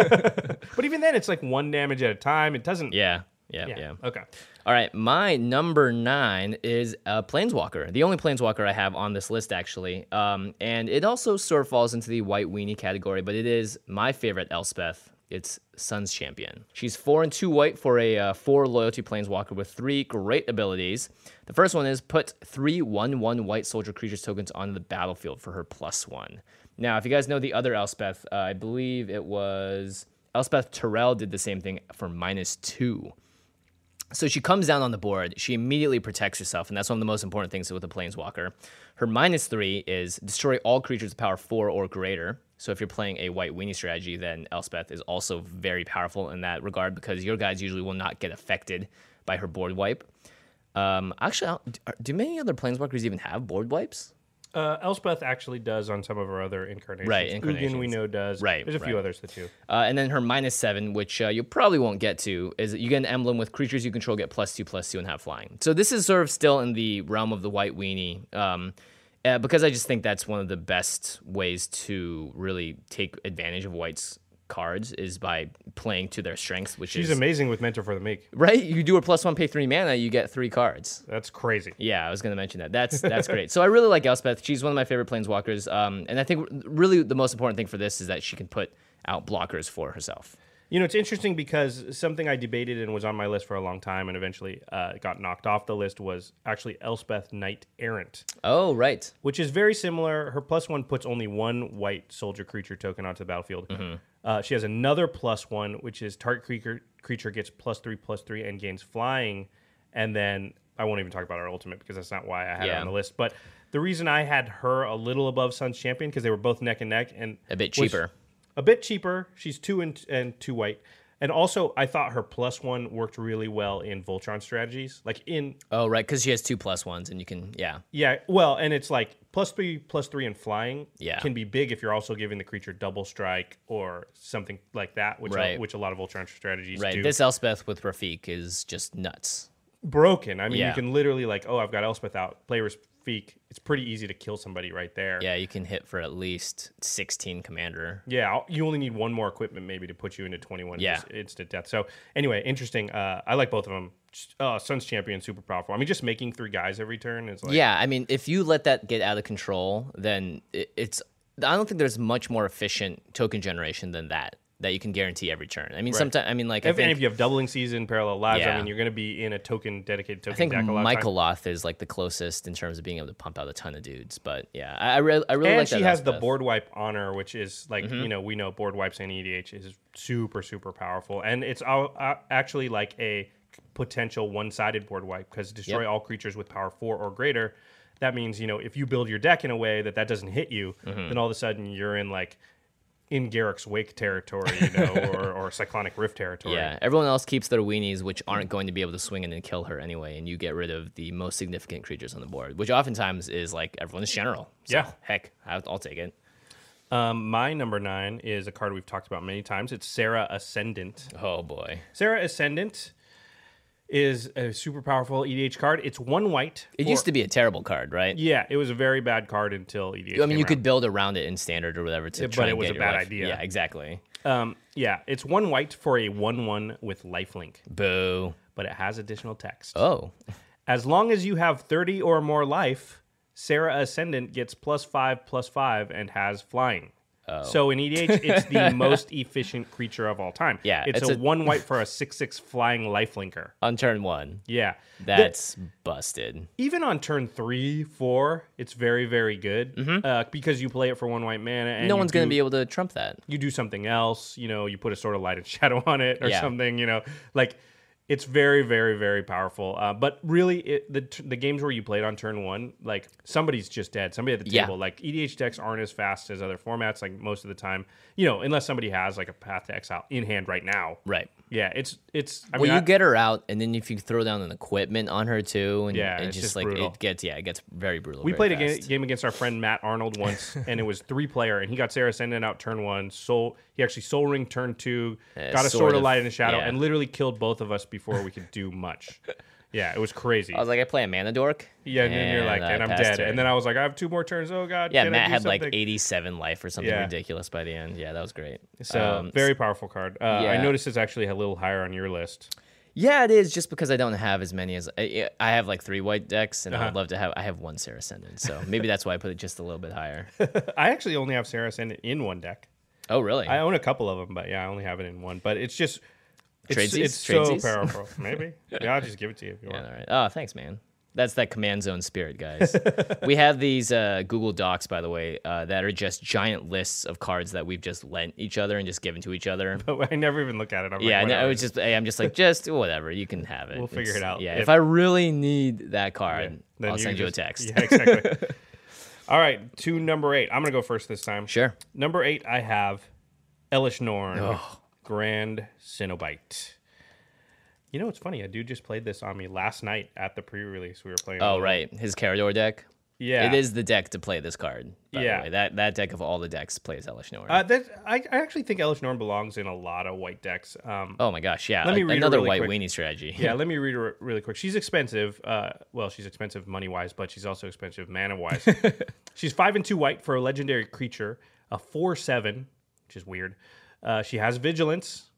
[SPEAKER 2] But even then, it's like one damage at a time. It doesn't.
[SPEAKER 1] yeah, yeah, yeah,
[SPEAKER 2] Okay.
[SPEAKER 1] All right, my number nine is uh, Planeswalker, the only Planeswalker I have on this list, actually. Um, and it also sort of falls into the white weenie category, but it is my favorite Elspeth. It's Sun's Champion. She's four and two white for a uh, four loyalty Planeswalker with three great abilities. The first one is put three one one white soldier creatures tokens onto the battlefield for her plus one. Now, if you guys know the other Elspeth, uh, I believe it was Elspeth Terrell did the same thing for minus two. So she comes down on the board. She immediately protects herself, and that's one of the most important things with a planeswalker. Her minus three is destroy all creatures of power four or greater. So if you're playing a white weenie strategy, then Elspeth is also very powerful in that regard because your guys usually will not get affected by her board wipe. Um, actually, I don't- are- do many other planeswalkers even have board wipes?
[SPEAKER 2] Uh, Elspeth actually does on some of her other incarnations.
[SPEAKER 1] Right,
[SPEAKER 2] Ugin
[SPEAKER 1] incarnations.
[SPEAKER 2] we know does.
[SPEAKER 1] Right,
[SPEAKER 2] There's a few
[SPEAKER 1] right.
[SPEAKER 2] others that do.
[SPEAKER 1] Uh, and then her minus seven, which uh, you probably won't get to, is that you get an emblem with creatures you control get plus two, plus two, and have flying. So this is sort of still in the realm of the white weenie, um, uh, because I just think that's one of the best ways to really take advantage of white's cards is by playing to their strengths, which
[SPEAKER 2] She's
[SPEAKER 1] is
[SPEAKER 2] amazing with Mentor for the Meek.
[SPEAKER 1] right. You do a plus one, pay three mana, you get three cards.
[SPEAKER 2] That's crazy.
[SPEAKER 1] Yeah, I was going to mention that. That's that's great. So I really like Elspeth. She's one of my favorite planeswalkers, um, and I think really the most important thing for this is that she can put out blockers for herself.
[SPEAKER 2] You know, it's interesting because something I debated and was on my list for a long time and eventually uh, got knocked off the list was actually Elspeth Knight Errant,
[SPEAKER 1] Oh, right.
[SPEAKER 2] which is very similar. Her plus one puts only one white soldier creature token onto the battlefield.
[SPEAKER 1] Mm-hmm.
[SPEAKER 2] Uh, she has another plus one, which is target creature, creature gets plus three, plus three, and gains flying. And then I won't even talk about our ultimate because that's not why I had it
[SPEAKER 1] Yeah.
[SPEAKER 2] on the list. But the reason I had her a little above Sun's Champion because they were both neck and neck and
[SPEAKER 1] A bit
[SPEAKER 2] was-
[SPEAKER 1] cheaper.
[SPEAKER 2] a bit cheaper. She's two and and two white. And also, I thought her plus one worked really well in Voltron strategies. Like in
[SPEAKER 1] Oh, right, because she has two plus ones, and you can yeah.
[SPEAKER 2] yeah, well, and it's like plus three, plus three, and flying
[SPEAKER 1] Yeah.
[SPEAKER 2] can be big if you're also giving the creature double strike or something like that, which
[SPEAKER 1] Right.
[SPEAKER 2] which a lot of Voltron strategies
[SPEAKER 1] Right,
[SPEAKER 2] do.
[SPEAKER 1] this Elspeth with Rafik is just nuts.
[SPEAKER 2] broken. I mean,
[SPEAKER 1] Yeah.
[SPEAKER 2] you can literally like, oh, I've got Elspeth out. Players speak. It's pretty easy to kill somebody right there.
[SPEAKER 1] Yeah, you can hit for at least sixteen commander.
[SPEAKER 2] Yeah, I'll- you only need one more equipment maybe to put you into 21
[SPEAKER 1] Yeah.
[SPEAKER 2] just instant death. So anyway, interesting. Uh, I like both of them. uh, Suns champion super powerful. I mean, just making three guys every turn is like
[SPEAKER 1] yeah, I mean, if you let that get out of control, then it, it's. I don't think there's much more efficient token generation than that that you can guarantee every turn. I mean, sometimes I mean, like I
[SPEAKER 2] If, and
[SPEAKER 1] think,
[SPEAKER 2] if you have doubling season, parallel lives, I
[SPEAKER 1] Yeah.
[SPEAKER 2] mean, you're going to be in a token dedicated token
[SPEAKER 1] I think
[SPEAKER 2] deck a lot. Of
[SPEAKER 1] Michaeloth is like the closest in terms of being able to pump out a ton of dudes. But yeah, I, I, re- I really
[SPEAKER 2] time. And
[SPEAKER 1] like that. Mm-hmm.
[SPEAKER 2] she has the
[SPEAKER 1] aspect.
[SPEAKER 2] board wipe honor, which is like you know we know board wipes and EDH is super super powerful, and it's all, uh, actually like a potential one sided board wipe because destroy
[SPEAKER 1] Yep.
[SPEAKER 2] all creatures with power four or greater. That means you know if you build your deck in a way that that doesn't hit you,
[SPEAKER 1] Mm-hmm.
[SPEAKER 2] then all of a sudden you're in like in Garrick's Wake territory, you know, or, or Cyclonic Rift territory.
[SPEAKER 1] Yeah, everyone else keeps their weenies, which aren't going to be able to swing in and kill her anyway, and you get rid of the most significant creatures on the board, which oftentimes is like everyone's general. So,
[SPEAKER 2] Yeah.
[SPEAKER 1] heck, I'll, I'll take it.
[SPEAKER 2] Um, my number nine is a card we've talked about many times. It's Sarah Ascendant.
[SPEAKER 1] Oh boy,
[SPEAKER 2] Sarah Ascendant is a super powerful EDH card. It's one white.
[SPEAKER 1] it used to be a terrible card, right?
[SPEAKER 2] Yeah, it was a very bad card until
[SPEAKER 1] I
[SPEAKER 2] EDH.
[SPEAKER 1] mean,
[SPEAKER 2] came
[SPEAKER 1] you
[SPEAKER 2] around.
[SPEAKER 1] could build around it in standard or whatever to
[SPEAKER 2] Yeah,
[SPEAKER 1] try
[SPEAKER 2] but it
[SPEAKER 1] and
[SPEAKER 2] was
[SPEAKER 1] get
[SPEAKER 2] a
[SPEAKER 1] your
[SPEAKER 2] bad
[SPEAKER 1] life.
[SPEAKER 2] idea.
[SPEAKER 1] Yeah, exactly.
[SPEAKER 2] Um, yeah, it's one white for a one-one with lifelink,
[SPEAKER 1] Boo.
[SPEAKER 2] but it has additional text.
[SPEAKER 1] Oh,
[SPEAKER 2] As long as you have thirty or more life, Sarah Ascendant gets plus five, plus five, and has flying.
[SPEAKER 1] Oh.
[SPEAKER 2] So in EDH, it's the most efficient creature of all time.
[SPEAKER 1] Yeah,
[SPEAKER 2] it's,
[SPEAKER 1] it's
[SPEAKER 2] a,
[SPEAKER 1] a-
[SPEAKER 2] one white for a six-six flying lifelinker.
[SPEAKER 1] on turn one,
[SPEAKER 2] Yeah, The-
[SPEAKER 1] that's busted.
[SPEAKER 2] even on turn three, four, it's very, very good uh, because you play it for one white mana. And
[SPEAKER 1] Mm-hmm. no
[SPEAKER 2] you
[SPEAKER 1] one's going to
[SPEAKER 2] do-
[SPEAKER 1] be able to trump that.
[SPEAKER 2] You do something else, you know. You put a sort of light and shadow on it, or
[SPEAKER 1] Yeah.
[SPEAKER 2] something, you know. Like, it's very, very, very powerful. Uh, but really, it, the t- the games where you played on turn one, like somebody's just dead. Somebody at the
[SPEAKER 1] Yeah.
[SPEAKER 2] table. Like EDH decks aren't as fast as other formats. Like most of the time, you know, unless somebody has like a Path to Exile in hand right now.
[SPEAKER 1] Right.
[SPEAKER 2] Yeah. It's it's. I
[SPEAKER 1] well,
[SPEAKER 2] mean,
[SPEAKER 1] you
[SPEAKER 2] I-
[SPEAKER 1] get her out, and then if you throw down an equipment on her too, and
[SPEAKER 2] Yeah,
[SPEAKER 1] it
[SPEAKER 2] it's
[SPEAKER 1] just,
[SPEAKER 2] just
[SPEAKER 1] like
[SPEAKER 2] brutal.
[SPEAKER 1] it gets yeah, it gets very brutal.
[SPEAKER 2] We
[SPEAKER 1] very
[SPEAKER 2] played a
[SPEAKER 1] fast.
[SPEAKER 2] game, game against our friend Matt Arnold once, and it was three player, and he got Sarah Senden out turn one. Soul, he actually Soul Ring turn two, got
[SPEAKER 1] sort
[SPEAKER 2] a sword of
[SPEAKER 1] of,
[SPEAKER 2] light and a shadow,
[SPEAKER 1] yeah.
[SPEAKER 2] and literally killed both of us before we could do much. yeah, it was crazy.
[SPEAKER 1] I was like, I play a mana dork.
[SPEAKER 2] yeah, and then you're like,
[SPEAKER 1] I
[SPEAKER 2] and I'm
[SPEAKER 1] passed
[SPEAKER 2] dead.
[SPEAKER 1] her.
[SPEAKER 2] And then I was like, I have two more turns. Oh God.
[SPEAKER 1] yeah,
[SPEAKER 2] can I
[SPEAKER 1] Matt
[SPEAKER 2] do
[SPEAKER 1] had like
[SPEAKER 2] something?
[SPEAKER 1] 87 life or something
[SPEAKER 2] Yeah.
[SPEAKER 1] ridiculous by the end. Yeah, that was great.
[SPEAKER 2] So
[SPEAKER 1] Um,
[SPEAKER 2] very powerful card. Uh, I
[SPEAKER 1] yeah.
[SPEAKER 2] noticed it's actually a little higher on your list.
[SPEAKER 1] yeah, it is just because I don't have as many as I, I have like three white decks, and
[SPEAKER 2] Uh-huh.
[SPEAKER 1] I'd love to have. I have one Sarah Sendin, so maybe that's why I put it just a little bit higher.
[SPEAKER 2] I actually only have Sarah Senden in one deck.
[SPEAKER 1] Oh, really?
[SPEAKER 2] I own a couple of them, but yeah, I only have it in one. But it's just. It's,
[SPEAKER 1] Tradesies?
[SPEAKER 2] it's so
[SPEAKER 1] Tradesies?
[SPEAKER 2] powerful. Maybe. Yeah, I'll just give it to you if you
[SPEAKER 1] Yeah,
[SPEAKER 2] want.
[SPEAKER 1] all right. Oh, thanks, man. That's that command zone spirit, guys. we have these uh, Google Docs, by the way, uh, that are just giant lists of cards that we've just lent each other and just given to each other.
[SPEAKER 2] I never even look at it. I'm
[SPEAKER 1] yeah,
[SPEAKER 2] like,
[SPEAKER 1] and I
[SPEAKER 2] whatever.
[SPEAKER 1] was just, hey, I'm just like, just whatever, you can have it.
[SPEAKER 2] We'll figure it out.
[SPEAKER 1] Yeah,
[SPEAKER 2] If-
[SPEAKER 1] if, I really need that card,
[SPEAKER 2] Then
[SPEAKER 1] I'll send you a
[SPEAKER 2] just-
[SPEAKER 1] text.
[SPEAKER 2] Yeah, exactly. All right, to number eight. I'm gonna go first this time.
[SPEAKER 1] Sure.
[SPEAKER 2] Number eight, I have Elish Norn, Grand Cenobite. You know what's funny? A dude just played this on me last night at the pre-release. We were playing.
[SPEAKER 1] Oh, right, his Carador deck.
[SPEAKER 2] Yeah.
[SPEAKER 1] it is the deck to play this card. By
[SPEAKER 2] Yeah.
[SPEAKER 1] the way. that that deck of all the decks plays Elish Norn.
[SPEAKER 2] Uh, that, I, I actually think Elish Norn belongs in a lot of white decks. Um,
[SPEAKER 1] oh my gosh, yeah,
[SPEAKER 2] let me
[SPEAKER 1] a-
[SPEAKER 2] read it
[SPEAKER 1] another
[SPEAKER 2] really
[SPEAKER 1] white
[SPEAKER 2] quick.
[SPEAKER 1] weenie strategy.
[SPEAKER 2] yeah, let me read her really quick. She's expensive. Uh, well, she's expensive money wise, but she's also expensive mana wise. she's five and two white for a legendary creature, a four seven, which is weird. Uh, she has vigilance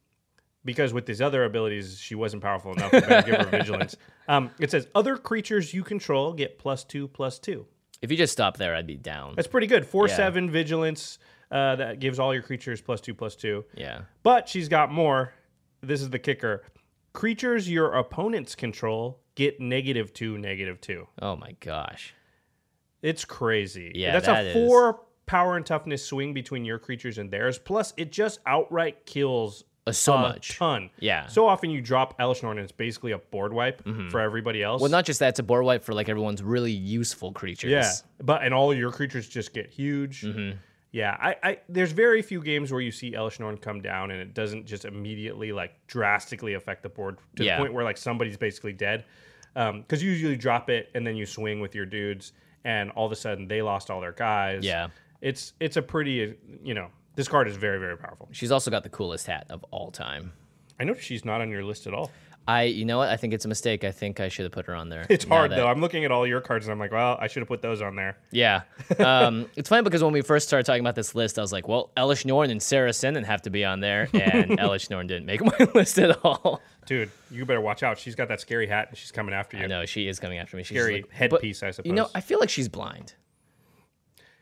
[SPEAKER 2] because with these other abilities, she wasn't powerful enough. to give her vigilance. Um, it says other creatures you control get plus two, plus two.
[SPEAKER 1] If you just stop there, I'd be down.
[SPEAKER 2] That's pretty good. Four seven vigilance. Uh, that gives all your creatures plus two, plus two.
[SPEAKER 1] Yeah.
[SPEAKER 2] But she's got more. This is the kicker. Creatures your opponents control get negative two, negative two.
[SPEAKER 1] Oh my gosh.
[SPEAKER 2] It's crazy.
[SPEAKER 1] Yeah,
[SPEAKER 2] that's
[SPEAKER 1] that
[SPEAKER 2] a
[SPEAKER 1] is-
[SPEAKER 2] four power and toughness swing between your creatures and theirs. Plus, it just outright kills
[SPEAKER 1] Uh, so
[SPEAKER 2] a
[SPEAKER 1] much.
[SPEAKER 2] ton.
[SPEAKER 1] Yeah. Mm-hmm.
[SPEAKER 2] So often you drop Elish Norn and it's basically a board wipe for everybody else.
[SPEAKER 1] Well, not just that, it's a board wipe for like everyone's really useful creatures.
[SPEAKER 2] Yeah, but and all your creatures just get huge.
[SPEAKER 1] Mm-hmm.
[SPEAKER 2] Yeah, I, I there's very few games where you see Elish Norn come down and it doesn't just immediately like drastically affect the board to
[SPEAKER 1] Yeah.
[SPEAKER 2] the point where like somebody's basically dead. Because you usually drop it and then you swing with your dudes, and all of a sudden they lost all their guys.
[SPEAKER 1] Yeah.
[SPEAKER 2] it's it's a pretty you know this card is very very powerful.
[SPEAKER 1] She's also got the coolest hat of all time.
[SPEAKER 2] I noticed she's not on your list at all.
[SPEAKER 1] I, you know what? I think it's a mistake. I think I should have put her on there.
[SPEAKER 2] It's
[SPEAKER 1] Now
[SPEAKER 2] hard
[SPEAKER 1] that-
[SPEAKER 2] though. I'm looking at all your cards and I'm like, well, I should have put those on there.
[SPEAKER 1] Yeah. Um, it's funny because when we first started talking about this list, I was like, well, Elish Norn and Sarah Sinden have to be on there. And Elish Norn didn't make my list at all.
[SPEAKER 2] Dude, you better watch out. She's got that scary hat and she's coming after you.
[SPEAKER 1] I know she is coming after me. She's
[SPEAKER 2] Scary
[SPEAKER 1] like, but,
[SPEAKER 2] headpiece, I suppose.
[SPEAKER 1] You know, I feel like she's blind.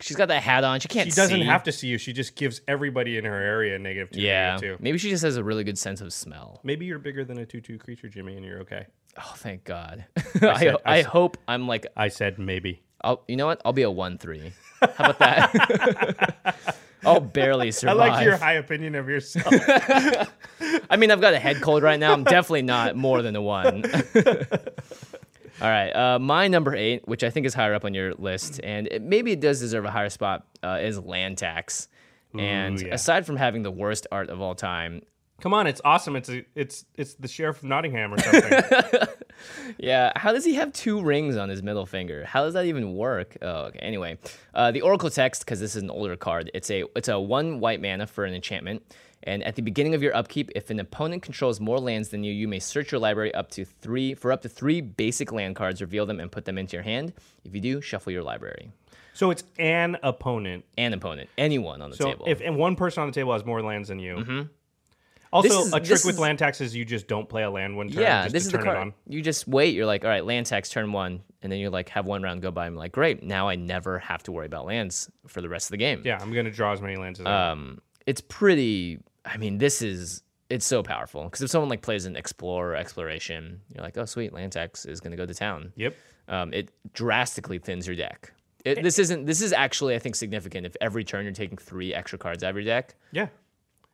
[SPEAKER 1] She's got that hat on. She can't
[SPEAKER 2] she doesn't
[SPEAKER 1] see.
[SPEAKER 2] have to see you. She just gives everybody in her area a negative two.
[SPEAKER 1] Yeah.
[SPEAKER 2] negative two.
[SPEAKER 1] Maybe she just has a really good sense of smell.
[SPEAKER 2] Maybe you're bigger than a two-two creature, Jimmy, and you're okay.
[SPEAKER 1] Oh, thank God. I,
[SPEAKER 2] said- I
[SPEAKER 1] I,
[SPEAKER 2] said-
[SPEAKER 1] hope I'm like,
[SPEAKER 2] I said maybe.
[SPEAKER 1] I'll, you know what? I'll be a 1 3. How about that? I'll barely
[SPEAKER 2] I
[SPEAKER 1] survive.
[SPEAKER 2] like your high opinion of yourself.
[SPEAKER 1] I mean, I've got a head cold right now. I'm definitely not more than a one. All right, uh, my number eight, which I think is higher up on your list, and it, maybe it does deserve a higher spot, uh, is land tax. and
[SPEAKER 2] yeah.
[SPEAKER 1] aside from having the worst art of all time,
[SPEAKER 2] Come on, it's awesome. It's a, it's it's the sheriff of Nottingham or something.
[SPEAKER 1] yeah, how does he have two rings on his middle finger? How does that even work? Oh, okay. Anyway, uh, the Oracle text, because this is an older card. It's a it's a one white mana for an enchantment. And at the beginning of your upkeep, if an opponent controls more lands than you, you may search your library up to three for up to three basic land cards, reveal them, and put them into your hand. If you do, shuffle your library.
[SPEAKER 2] so it's an opponent.
[SPEAKER 1] An opponent, anyone on the
[SPEAKER 2] So
[SPEAKER 1] table. Mm-hmm.
[SPEAKER 2] if and one person on the table has more lands than you. Also,
[SPEAKER 1] This is-
[SPEAKER 2] a trick
[SPEAKER 1] this
[SPEAKER 2] with
[SPEAKER 1] is-
[SPEAKER 2] land tax is you just don't play a land one turn.
[SPEAKER 1] yeah,
[SPEAKER 2] just
[SPEAKER 1] this
[SPEAKER 2] to
[SPEAKER 1] is the
[SPEAKER 2] turn it on.
[SPEAKER 1] card. You just wait. You're like, all right, land tax turn one, and then you like have one round go by. I'm like, great, now I never have to worry about lands for the rest of the game.
[SPEAKER 2] Yeah, I'm gonna draw as many lands as I want.
[SPEAKER 1] um, it's pretty. I mean, this is it's so powerful because if someone like plays an explorer exploration, you're like, oh sweet, land tax is going to go to town.
[SPEAKER 2] Yep.
[SPEAKER 1] Um, it drastically thins your deck.
[SPEAKER 2] Eh.
[SPEAKER 1] It, this isn't. This is actually, I think, significant. If every turn you're taking three extra cards out of your deck,
[SPEAKER 2] Yeah,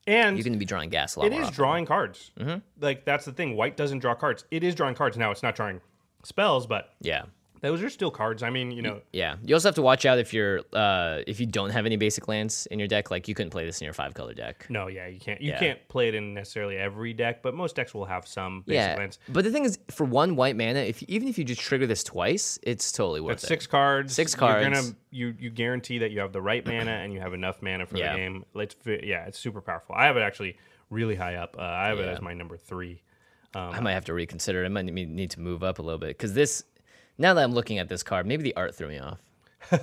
[SPEAKER 2] and
[SPEAKER 1] you're going to be drawing gas a lot.
[SPEAKER 2] it
[SPEAKER 1] more
[SPEAKER 2] is
[SPEAKER 1] often.
[SPEAKER 2] drawing cards.
[SPEAKER 1] Mm-hmm.
[SPEAKER 2] Like that's the thing. White doesn't draw cards. It is drawing cards. Now it's not drawing spells, but
[SPEAKER 1] Yeah,
[SPEAKER 2] those are still cards. I mean, you know,
[SPEAKER 1] yeah. You also have to watch out if you're uh, if you don't have any basic lands in your deck. Like you couldn't play this in your five color deck.
[SPEAKER 2] no, yeah, you can't. You
[SPEAKER 1] Yeah.
[SPEAKER 2] can't play it in necessarily every deck, but most decks will have some basic lands.
[SPEAKER 1] but the thing is, for one white mana, if even if you just trigger this twice, it's totally worth
[SPEAKER 2] That's
[SPEAKER 1] it.
[SPEAKER 2] six cards.
[SPEAKER 1] Six
[SPEAKER 2] You're gonna
[SPEAKER 1] cards.
[SPEAKER 2] you you guarantee that you have the right mana and you have enough mana for
[SPEAKER 1] Yeah.
[SPEAKER 2] the game. Let's fi- yeah, it's super powerful. I have it actually really high up. Uh, I have it as my number three.
[SPEAKER 1] I might have to reconsider. it. I might ne- need to move up a little bit because this. Now that I'm looking at this card, maybe the art threw me off.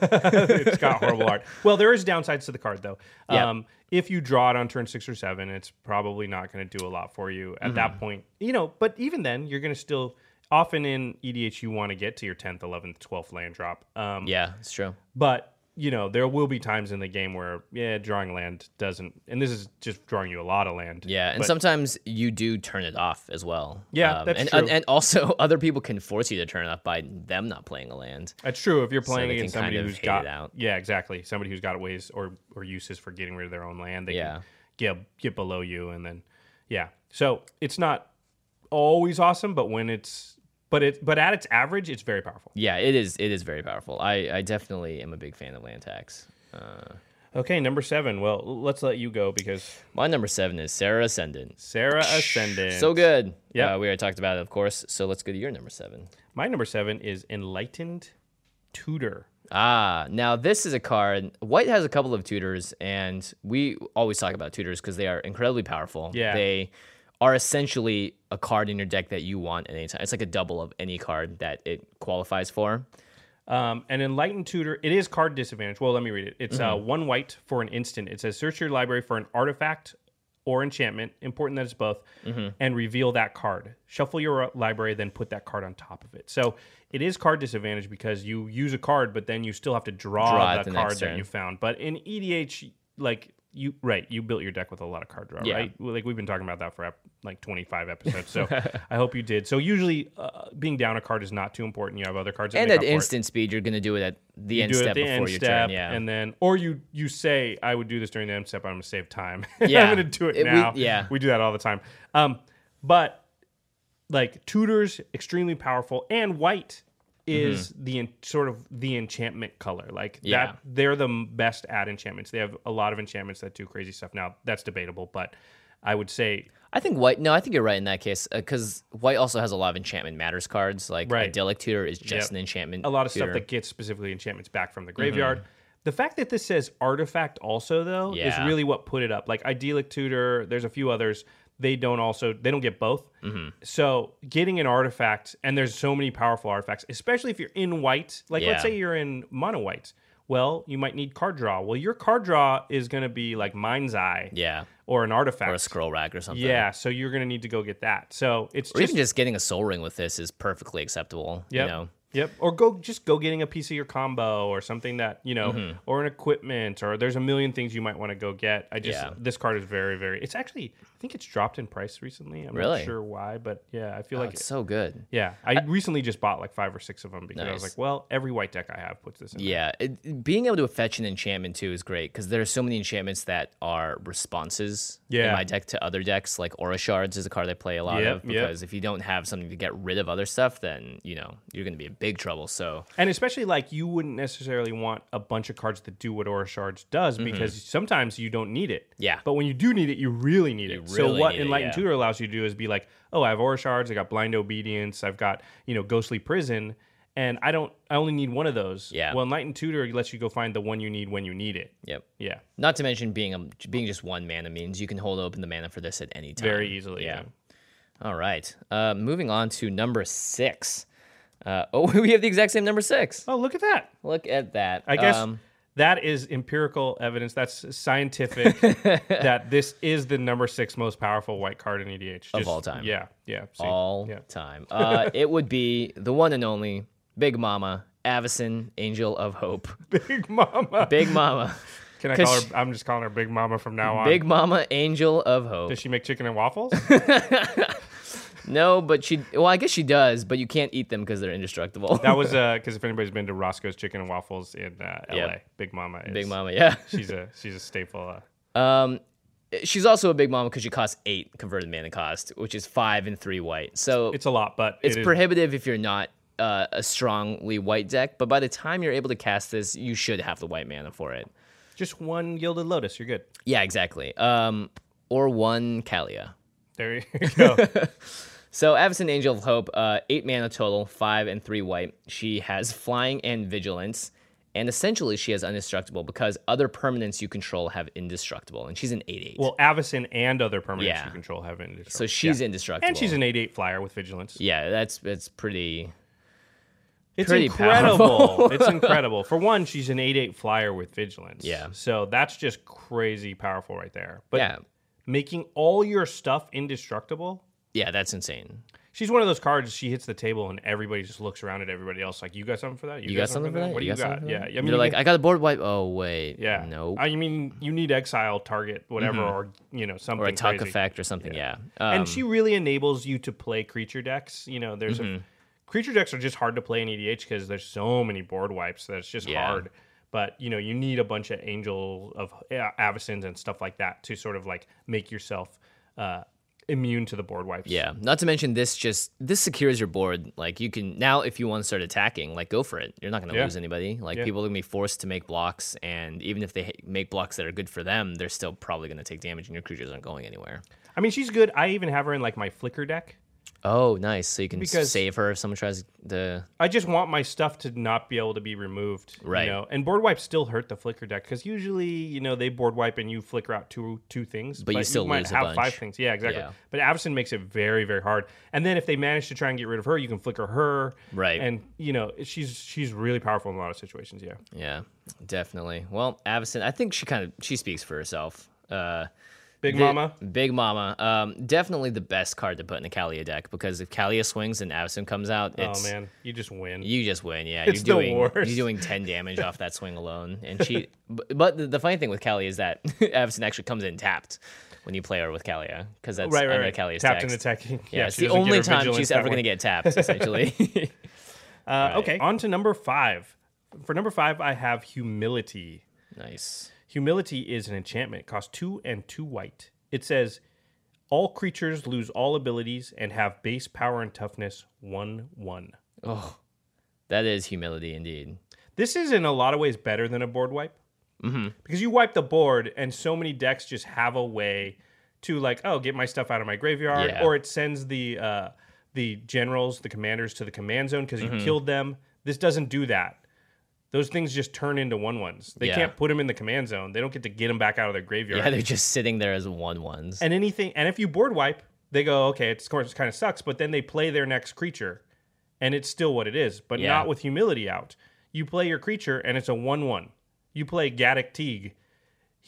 [SPEAKER 2] it's got horrible art. Well, there is downsides to the card though.
[SPEAKER 1] Yeah.
[SPEAKER 2] Um, if you draw it on turn six or seven, it's probably not going to do a lot for you at
[SPEAKER 1] Mm-hmm.
[SPEAKER 2] that point. You know, but even then, you're going to still often in EDH you want to get to your tenth, eleventh, twelfth land drop. Um,
[SPEAKER 1] Yeah, it's true.
[SPEAKER 2] But you know, there will be times in the game where yeah, drawing land doesn't, and this is just drawing you a lot of land.
[SPEAKER 1] Yeah, and
[SPEAKER 2] But-
[SPEAKER 1] sometimes you do turn it off as well. Um,
[SPEAKER 2] Yeah, that's
[SPEAKER 1] and,
[SPEAKER 2] true.
[SPEAKER 1] and- and also, other people can force you to turn it off by them not playing a land.
[SPEAKER 2] That's true. If you're
[SPEAKER 1] So
[SPEAKER 2] playing
[SPEAKER 1] they
[SPEAKER 2] against
[SPEAKER 1] can kind
[SPEAKER 2] somebody
[SPEAKER 1] of
[SPEAKER 2] who's
[SPEAKER 1] hate it
[SPEAKER 2] got
[SPEAKER 1] out.
[SPEAKER 2] yeah, exactly. Somebody who's got ways or or uses for getting rid of their own land, they
[SPEAKER 1] Yeah.
[SPEAKER 2] can get get below you, and then yeah. So it's not always awesome, but when it's but it but at its average, it's very powerful.
[SPEAKER 1] Yeah, it is. It is very powerful. I, I definitely am a big fan of land tax.
[SPEAKER 2] Okay, number seven. Well, l- let's let you go because
[SPEAKER 1] My number seven is Sarah Ascendant.
[SPEAKER 2] Sarah Ascendant.
[SPEAKER 1] So good.
[SPEAKER 2] Yeah.
[SPEAKER 1] uh, we already talked about it, of course. So let's go to your number seven.
[SPEAKER 2] My number seven is Enlightened Tutor.
[SPEAKER 1] Ah, now this is a card. White has a couple of tutors, and we always talk about tutors because they are incredibly powerful.
[SPEAKER 2] Yeah.
[SPEAKER 1] They are essentially a card in your deck that you want at any time. It's like a double of any card that it qualifies for.
[SPEAKER 2] Um, an enlightened tutor. It is card disadvantage. Well, let me read it. It's uh,
[SPEAKER 1] Mm-hmm.
[SPEAKER 2] one white for an instant. It says search your library for an artifact or enchantment. Important that it's both,
[SPEAKER 1] Mm-hmm.
[SPEAKER 2] and reveal that card. Shuffle your uh, library, then put that card on top of it. So it is card disadvantage because you use a card, but then you still have to draw,
[SPEAKER 1] Draw it the
[SPEAKER 2] the
[SPEAKER 1] next
[SPEAKER 2] card that
[SPEAKER 1] turn.
[SPEAKER 2] you found. But in EDH, like you right, you built your deck with a lot of card draw,
[SPEAKER 1] Yeah.
[SPEAKER 2] right? Well, Like we've been talking about that for ep- like 25 episodes. So I hope you did. So usually, uh, being down a card is not too important. You have other cards. That
[SPEAKER 1] And
[SPEAKER 2] make
[SPEAKER 1] at
[SPEAKER 2] up for it
[SPEAKER 1] instant speed, you're going to do it at the end
[SPEAKER 2] do it
[SPEAKER 1] step
[SPEAKER 2] at the
[SPEAKER 1] before
[SPEAKER 2] end
[SPEAKER 1] your
[SPEAKER 2] step,
[SPEAKER 1] turn. Yeah.
[SPEAKER 2] and then or you you say I would do this during the end step, but I'm gonna save time.
[SPEAKER 1] Yeah.
[SPEAKER 2] I'm gonna do it,
[SPEAKER 1] It- we-
[SPEAKER 2] now.
[SPEAKER 1] yeah.
[SPEAKER 2] we do that all the time. Um, but like tutors, extremely powerful, and white
[SPEAKER 1] Mm-hmm.
[SPEAKER 2] is the en- sort of the enchantment color. Like
[SPEAKER 1] Yeah.
[SPEAKER 2] that, they're the m- best at enchantments. They have a lot of enchantments that do crazy stuff. Now that's debatable, but I would say
[SPEAKER 1] I think white. No, I think you're right in that case because white also has a lot of enchantment matters cards. Like
[SPEAKER 2] Right.
[SPEAKER 1] idyllic tutor is just
[SPEAKER 2] Yep.
[SPEAKER 1] an enchantment.
[SPEAKER 2] a lot of stuff
[SPEAKER 1] tutor.
[SPEAKER 2] that gets specifically enchantments back from the
[SPEAKER 1] Mm-hmm.
[SPEAKER 2] graveyard. The fact that this says artifact also though
[SPEAKER 1] Yeah.
[SPEAKER 2] is really what put it up. Like idyllic tutor, there's a few others. they don't also they don't get both.
[SPEAKER 1] Mm-hmm.
[SPEAKER 2] So getting an artifact, and there's so many powerful artifacts, especially if you're in white. Like
[SPEAKER 1] Yeah.
[SPEAKER 2] let's say you're in mono white. Well, you might need card draw. Well, your card draw is going to be like mind's eye,
[SPEAKER 1] Yeah.
[SPEAKER 2] or an artifact,
[SPEAKER 1] Or a scroll rack or something.
[SPEAKER 2] Yeah, so you're going to need to go get that. So it's
[SPEAKER 1] Or
[SPEAKER 2] just,
[SPEAKER 1] even just getting a soul ring with this is perfectly acceptable.
[SPEAKER 2] yep,
[SPEAKER 1] You know?
[SPEAKER 2] yep. Or go just go getting a piece of your combo or something that you know,
[SPEAKER 1] Mm-hmm.
[SPEAKER 2] or an equipment, or there's a million things you might want to go get. I just
[SPEAKER 1] Yeah.
[SPEAKER 2] this card is very very. It's actually I think it's dropped in price recently. I'm
[SPEAKER 1] Really?
[SPEAKER 2] not sure why, but yeah, I feel
[SPEAKER 1] Oh,
[SPEAKER 2] like
[SPEAKER 1] it's so good.
[SPEAKER 2] yeah. I, recently just bought like five or six of them because I was
[SPEAKER 1] Nice.
[SPEAKER 2] like, well, every white deck I have puts this in. there.
[SPEAKER 1] Yeah, it- it- being able to fetch an enchantment too is great because there are so many enchantments that are responses in
[SPEAKER 2] Yeah.
[SPEAKER 1] my deck to other decks. Like Aura Shards is a card I play a lot
[SPEAKER 2] Yep,
[SPEAKER 1] of
[SPEAKER 2] yep.
[SPEAKER 1] because if you don't have something to get rid of other stuff, then you know you're going to be in big trouble. So
[SPEAKER 2] And especially like you wouldn't necessarily want a bunch of cards that do what Aura Shards does because sometimes you don't need it.
[SPEAKER 1] Mm-hmm. Yeah.
[SPEAKER 2] But when you do need it, you really need it. so
[SPEAKER 1] really
[SPEAKER 2] what
[SPEAKER 1] need it,
[SPEAKER 2] Enlightened
[SPEAKER 1] yeah.
[SPEAKER 2] Tutor allows you to do is be like, oh, I have Aura Shards, I got Blind Obedience, I've got you know Ghostly Prison, and I don't, I only need one of those.
[SPEAKER 1] Yeah.
[SPEAKER 2] Well, Enlightened Tutor lets you go find the one you need when you need it.
[SPEAKER 1] yep.
[SPEAKER 2] Yeah.
[SPEAKER 1] Not to mention being a, being just one mana means you can hold open the mana for this at any time.
[SPEAKER 2] Very e- easily.
[SPEAKER 1] Um, Yeah.
[SPEAKER 2] Yeah.
[SPEAKER 1] All right. Uh, moving on to number six. Uh, oh, we have the exact same number six.
[SPEAKER 2] Oh, look at that.
[SPEAKER 1] Look at that.
[SPEAKER 2] I guess
[SPEAKER 1] Um,
[SPEAKER 2] that is empirical evidence. That's scientific that this is the number six most powerful white card in E EDH
[SPEAKER 1] Of all time.
[SPEAKER 2] Yeah, yeah. see,
[SPEAKER 1] all
[SPEAKER 2] yeah.
[SPEAKER 1] time. Uh, it would be the one and only Big Mama, Avison, Angel of Hope.
[SPEAKER 2] Big Mama.
[SPEAKER 1] Big Mama.
[SPEAKER 2] Can I call
[SPEAKER 1] Cause-
[SPEAKER 2] her? I'm just calling her Big Mama from now on.
[SPEAKER 1] Big Mama, Angel of Hope.
[SPEAKER 2] Does she make chicken and waffles?
[SPEAKER 1] No, but she, well, I guess she does, but you can't eat them because they're indestructible.
[SPEAKER 2] That was because if anybody's been to Roscoe's Chicken and Waffles in uh, L.A.,
[SPEAKER 1] Yeah.
[SPEAKER 2] Big Mama is.
[SPEAKER 1] Big Mama, yeah.
[SPEAKER 2] She's a she's a staple. Uh,
[SPEAKER 1] Um, she's also a Big Mama because she costs eight converted mana cost, which is five and three white. So
[SPEAKER 2] it's a lot, but
[SPEAKER 1] it's
[SPEAKER 2] it is-
[SPEAKER 1] prohibitive if you're not uh, a strongly white deck, but by the time you're able to cast this, you should have the white mana for it.
[SPEAKER 2] just one Gilded Lotus. You're good.
[SPEAKER 1] Yeah, exactly. Um, or one Kalia.
[SPEAKER 2] There you go.
[SPEAKER 1] So Avison Angel of Hope, uh, eight mana total, five and three white. She has flying and vigilance, and essentially she has indestructible because other permanents you control have indestructible, and she's an eight eight.
[SPEAKER 2] well, Avison and other permanents
[SPEAKER 1] Yeah.
[SPEAKER 2] you control have in.
[SPEAKER 1] so she's indestructible,
[SPEAKER 2] and she's an eight eight flyer with vigilance.
[SPEAKER 1] yeah. That's that's pretty.
[SPEAKER 2] It's
[SPEAKER 1] pretty
[SPEAKER 2] incredible. it's incredible. For one, she's an 8-8 flyer with vigilance.
[SPEAKER 1] Yeah.
[SPEAKER 2] So that's just crazy powerful right there. But
[SPEAKER 1] yeah,
[SPEAKER 2] making all your stuff indestructible.
[SPEAKER 1] yeah, that's insane.
[SPEAKER 2] She's one of those cards. She hits the table and everybody just looks around at everybody else like, "You got something for that?
[SPEAKER 1] You got something for that?
[SPEAKER 2] What do
[SPEAKER 1] you
[SPEAKER 2] you
[SPEAKER 1] got something?
[SPEAKER 2] got?
[SPEAKER 1] for
[SPEAKER 2] Yeah.
[SPEAKER 1] that?
[SPEAKER 2] I mean,
[SPEAKER 1] they're like,
[SPEAKER 2] you-
[SPEAKER 1] I got a board wipe. Oh wait,
[SPEAKER 2] yeah.
[SPEAKER 1] no,
[SPEAKER 2] I mean, you need exile target whatever or you know something
[SPEAKER 1] Mm-hmm. or a tuck
[SPEAKER 2] crazy.
[SPEAKER 1] effect or something. Yeah, Um,
[SPEAKER 2] and she really enables you to play creature decks. You know, there's
[SPEAKER 1] Mm-hmm.
[SPEAKER 2] a, creature decks are just hard to play in E EDH because there's so many board wipes that it's just
[SPEAKER 1] Yeah.
[SPEAKER 2] hard. But you know, you need a bunch of angel of uh, Avicens and stuff like that to sort of like make yourself uh, immune to the board wipes.
[SPEAKER 1] Yeah. Not to mention this just this secures your board. Like you can now if you want to start attacking, like go for it. You're not going to
[SPEAKER 2] Yeah.
[SPEAKER 1] lose anybody. Like people are going to be forced to make blocks and even if they ha- make blocks that are good for them, they're still probably going to take damage and your creatures aren't going anywhere.
[SPEAKER 2] I mean, she's good. I even have her in like my Flicker deck.
[SPEAKER 1] Oh, nice. So you can
[SPEAKER 2] Because-
[SPEAKER 1] save her if someone tries to
[SPEAKER 2] I just want my stuff to not be able to be removed,
[SPEAKER 1] Right.
[SPEAKER 2] You know, and board wipes still hurt the flicker deck because usually, you know, they board wipe and you flicker out two two things,
[SPEAKER 1] But you still
[SPEAKER 2] might
[SPEAKER 1] lose a
[SPEAKER 2] have
[SPEAKER 1] bunch.
[SPEAKER 2] five things. Yeah, exactly.
[SPEAKER 1] Yeah.
[SPEAKER 2] But Avison makes it very very hard. And then if they manage to try and get rid of her, you can flicker her,
[SPEAKER 1] Right.
[SPEAKER 2] And you know, she's she's really powerful in a lot of situations. Yeah,
[SPEAKER 1] Yeah. Definitely. Well, Avison, I think she kind of she speaks for herself. Uh
[SPEAKER 2] Big
[SPEAKER 1] the-
[SPEAKER 2] Mama. Oh,
[SPEAKER 1] Big Mama. Um, definitely the best card to put in a Kalia deck because if Kalia swings and Avison comes out, it's
[SPEAKER 2] Oh man, you just win.
[SPEAKER 1] You just win, yeah.
[SPEAKER 2] It's the
[SPEAKER 1] you're doing
[SPEAKER 2] worst.
[SPEAKER 1] you're doing ten damage off that swing alone, and she. bu- But the, the funny thing with Kelly is that Avison actually comes in tapped when you play her with Kalia because that's
[SPEAKER 2] right, right,
[SPEAKER 1] under
[SPEAKER 2] right.
[SPEAKER 1] Kalia's
[SPEAKER 2] Tapped and
[SPEAKER 1] text.
[SPEAKER 2] attacking.
[SPEAKER 1] Yeah, it's
[SPEAKER 2] she
[SPEAKER 1] the
[SPEAKER 2] doesn't get
[SPEAKER 1] only
[SPEAKER 2] her
[SPEAKER 1] time
[SPEAKER 2] vigilance
[SPEAKER 1] she's
[SPEAKER 2] that
[SPEAKER 1] ever
[SPEAKER 2] way.
[SPEAKER 1] going to get tapped, essentially.
[SPEAKER 2] Uh, Okay, on to number five. For number five, I have humility.
[SPEAKER 1] nice.
[SPEAKER 2] Humility is an enchantment. It costs two and two white. It says all creatures lose all abilities and have base power and toughness one one.
[SPEAKER 1] Oh, that is humility indeed.
[SPEAKER 2] This is in a lot of ways better than a board wipe. Mm-hmm. Because you wipe the board and so many decks just have a way to like, oh, get my stuff out of my graveyard.
[SPEAKER 1] Yeah.
[SPEAKER 2] Or it sends the uh,
[SPEAKER 1] Mm-hmm.
[SPEAKER 2] the generals, the commanders to the command zone because you killed them. This doesn't do that. those things just turn into one ones. They
[SPEAKER 1] Yeah.
[SPEAKER 2] can't put them in the command zone. They don't get to get them back out of their graveyard.
[SPEAKER 1] Yeah, they're just sitting there as one ones.
[SPEAKER 2] and anything and if you board wipe they go okay it's, of course it kind of sucks but then they play their next creature and it's still what it is but
[SPEAKER 1] Yeah.
[SPEAKER 2] not with humility out you play your creature and it's a 1-1 you play gaddock teague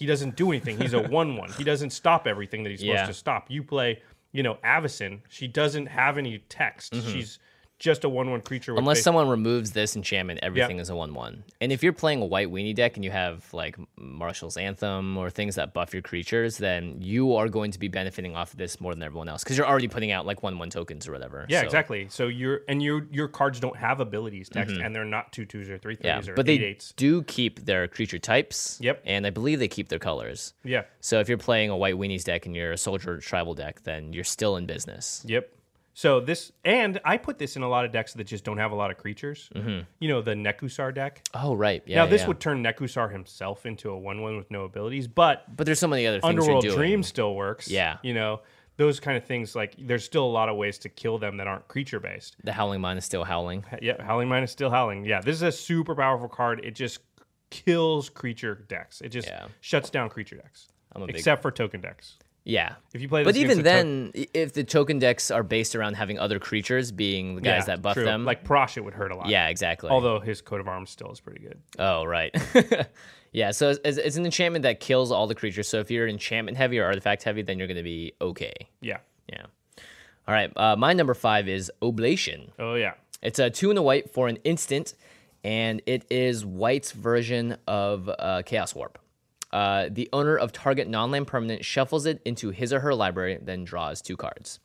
[SPEAKER 2] he doesn't do anything he's a 1-1 he doesn't stop everything that he's supposed
[SPEAKER 1] Yeah.
[SPEAKER 2] to stop you play you know avison she doesn't have any text she's just a 1-1 creature with
[SPEAKER 1] Mm-hmm. Unless
[SPEAKER 2] base-
[SPEAKER 1] someone removes this enchantment, everything is a one-one. And if you're playing a white weenie deck and you have like Marshall's Anthem or things that buff your creatures, then you are going to be benefiting off of this more than everyone else because you're already putting out like one-one tokens or whatever.
[SPEAKER 2] yeah,
[SPEAKER 1] So-
[SPEAKER 2] exactly. So you're and your your cards don't have abilities text, and they're not two twos or three threes
[SPEAKER 1] Mm-hmm. Yeah,
[SPEAKER 2] or
[SPEAKER 1] but
[SPEAKER 2] eight
[SPEAKER 1] they
[SPEAKER 2] eights.
[SPEAKER 1] do keep their creature types.
[SPEAKER 2] Yep.
[SPEAKER 1] And I believe they keep their colors.
[SPEAKER 2] Yeah,
[SPEAKER 1] So if you're playing a white weenies deck and you're a soldier tribal deck, then you're still in business.
[SPEAKER 2] Yep. So this, and I put this in a lot of decks that just don't have a lot of creatures. Mm-hmm. You know, the Nekusar deck.
[SPEAKER 1] Oh right, yeah.
[SPEAKER 2] now this
[SPEAKER 1] yeah.
[SPEAKER 2] would turn Nekusar himself into a one-one with no abilities, but
[SPEAKER 1] But there's so many other things
[SPEAKER 2] Underworld
[SPEAKER 1] you're doing.
[SPEAKER 2] Dream still works.
[SPEAKER 1] Yeah.
[SPEAKER 2] You know, those kind of things. Like, there's still a lot of ways to kill them that aren't creature-based.
[SPEAKER 1] The Howling Mine is still howling.
[SPEAKER 2] Yeah, Howling Mine is still howling. Yeah, this is a super powerful card. It just kills creature decks. It just
[SPEAKER 1] Yeah.
[SPEAKER 2] shuts down creature decks,
[SPEAKER 1] I'm a big-
[SPEAKER 2] except for token decks.
[SPEAKER 1] Yeah.
[SPEAKER 2] If you play
[SPEAKER 1] But
[SPEAKER 2] this
[SPEAKER 1] even
[SPEAKER 2] against a to-
[SPEAKER 1] then, i- if the token decks are based around having other creatures being the guys
[SPEAKER 2] Yeah,
[SPEAKER 1] that buff
[SPEAKER 2] true.
[SPEAKER 1] them,
[SPEAKER 2] like Prosh, it would hurt a lot.
[SPEAKER 1] yeah, exactly.
[SPEAKER 2] Although his coat of arms still is pretty good.
[SPEAKER 1] oh right, yeah. So it's, it's- it's an enchantment that kills all the creatures. So if you're enchantment heavy or artifact heavy, then you're going to be okay.
[SPEAKER 2] Yeah.
[SPEAKER 1] Yeah. All right. Uh, my number five is Oblation.
[SPEAKER 2] Oh yeah.
[SPEAKER 1] It's a two and a white for an instant, and it is white's version of uh, Chaos Warp. Uh, the owner of target non-land permanent shuffles it into his or her library, then draws two cards.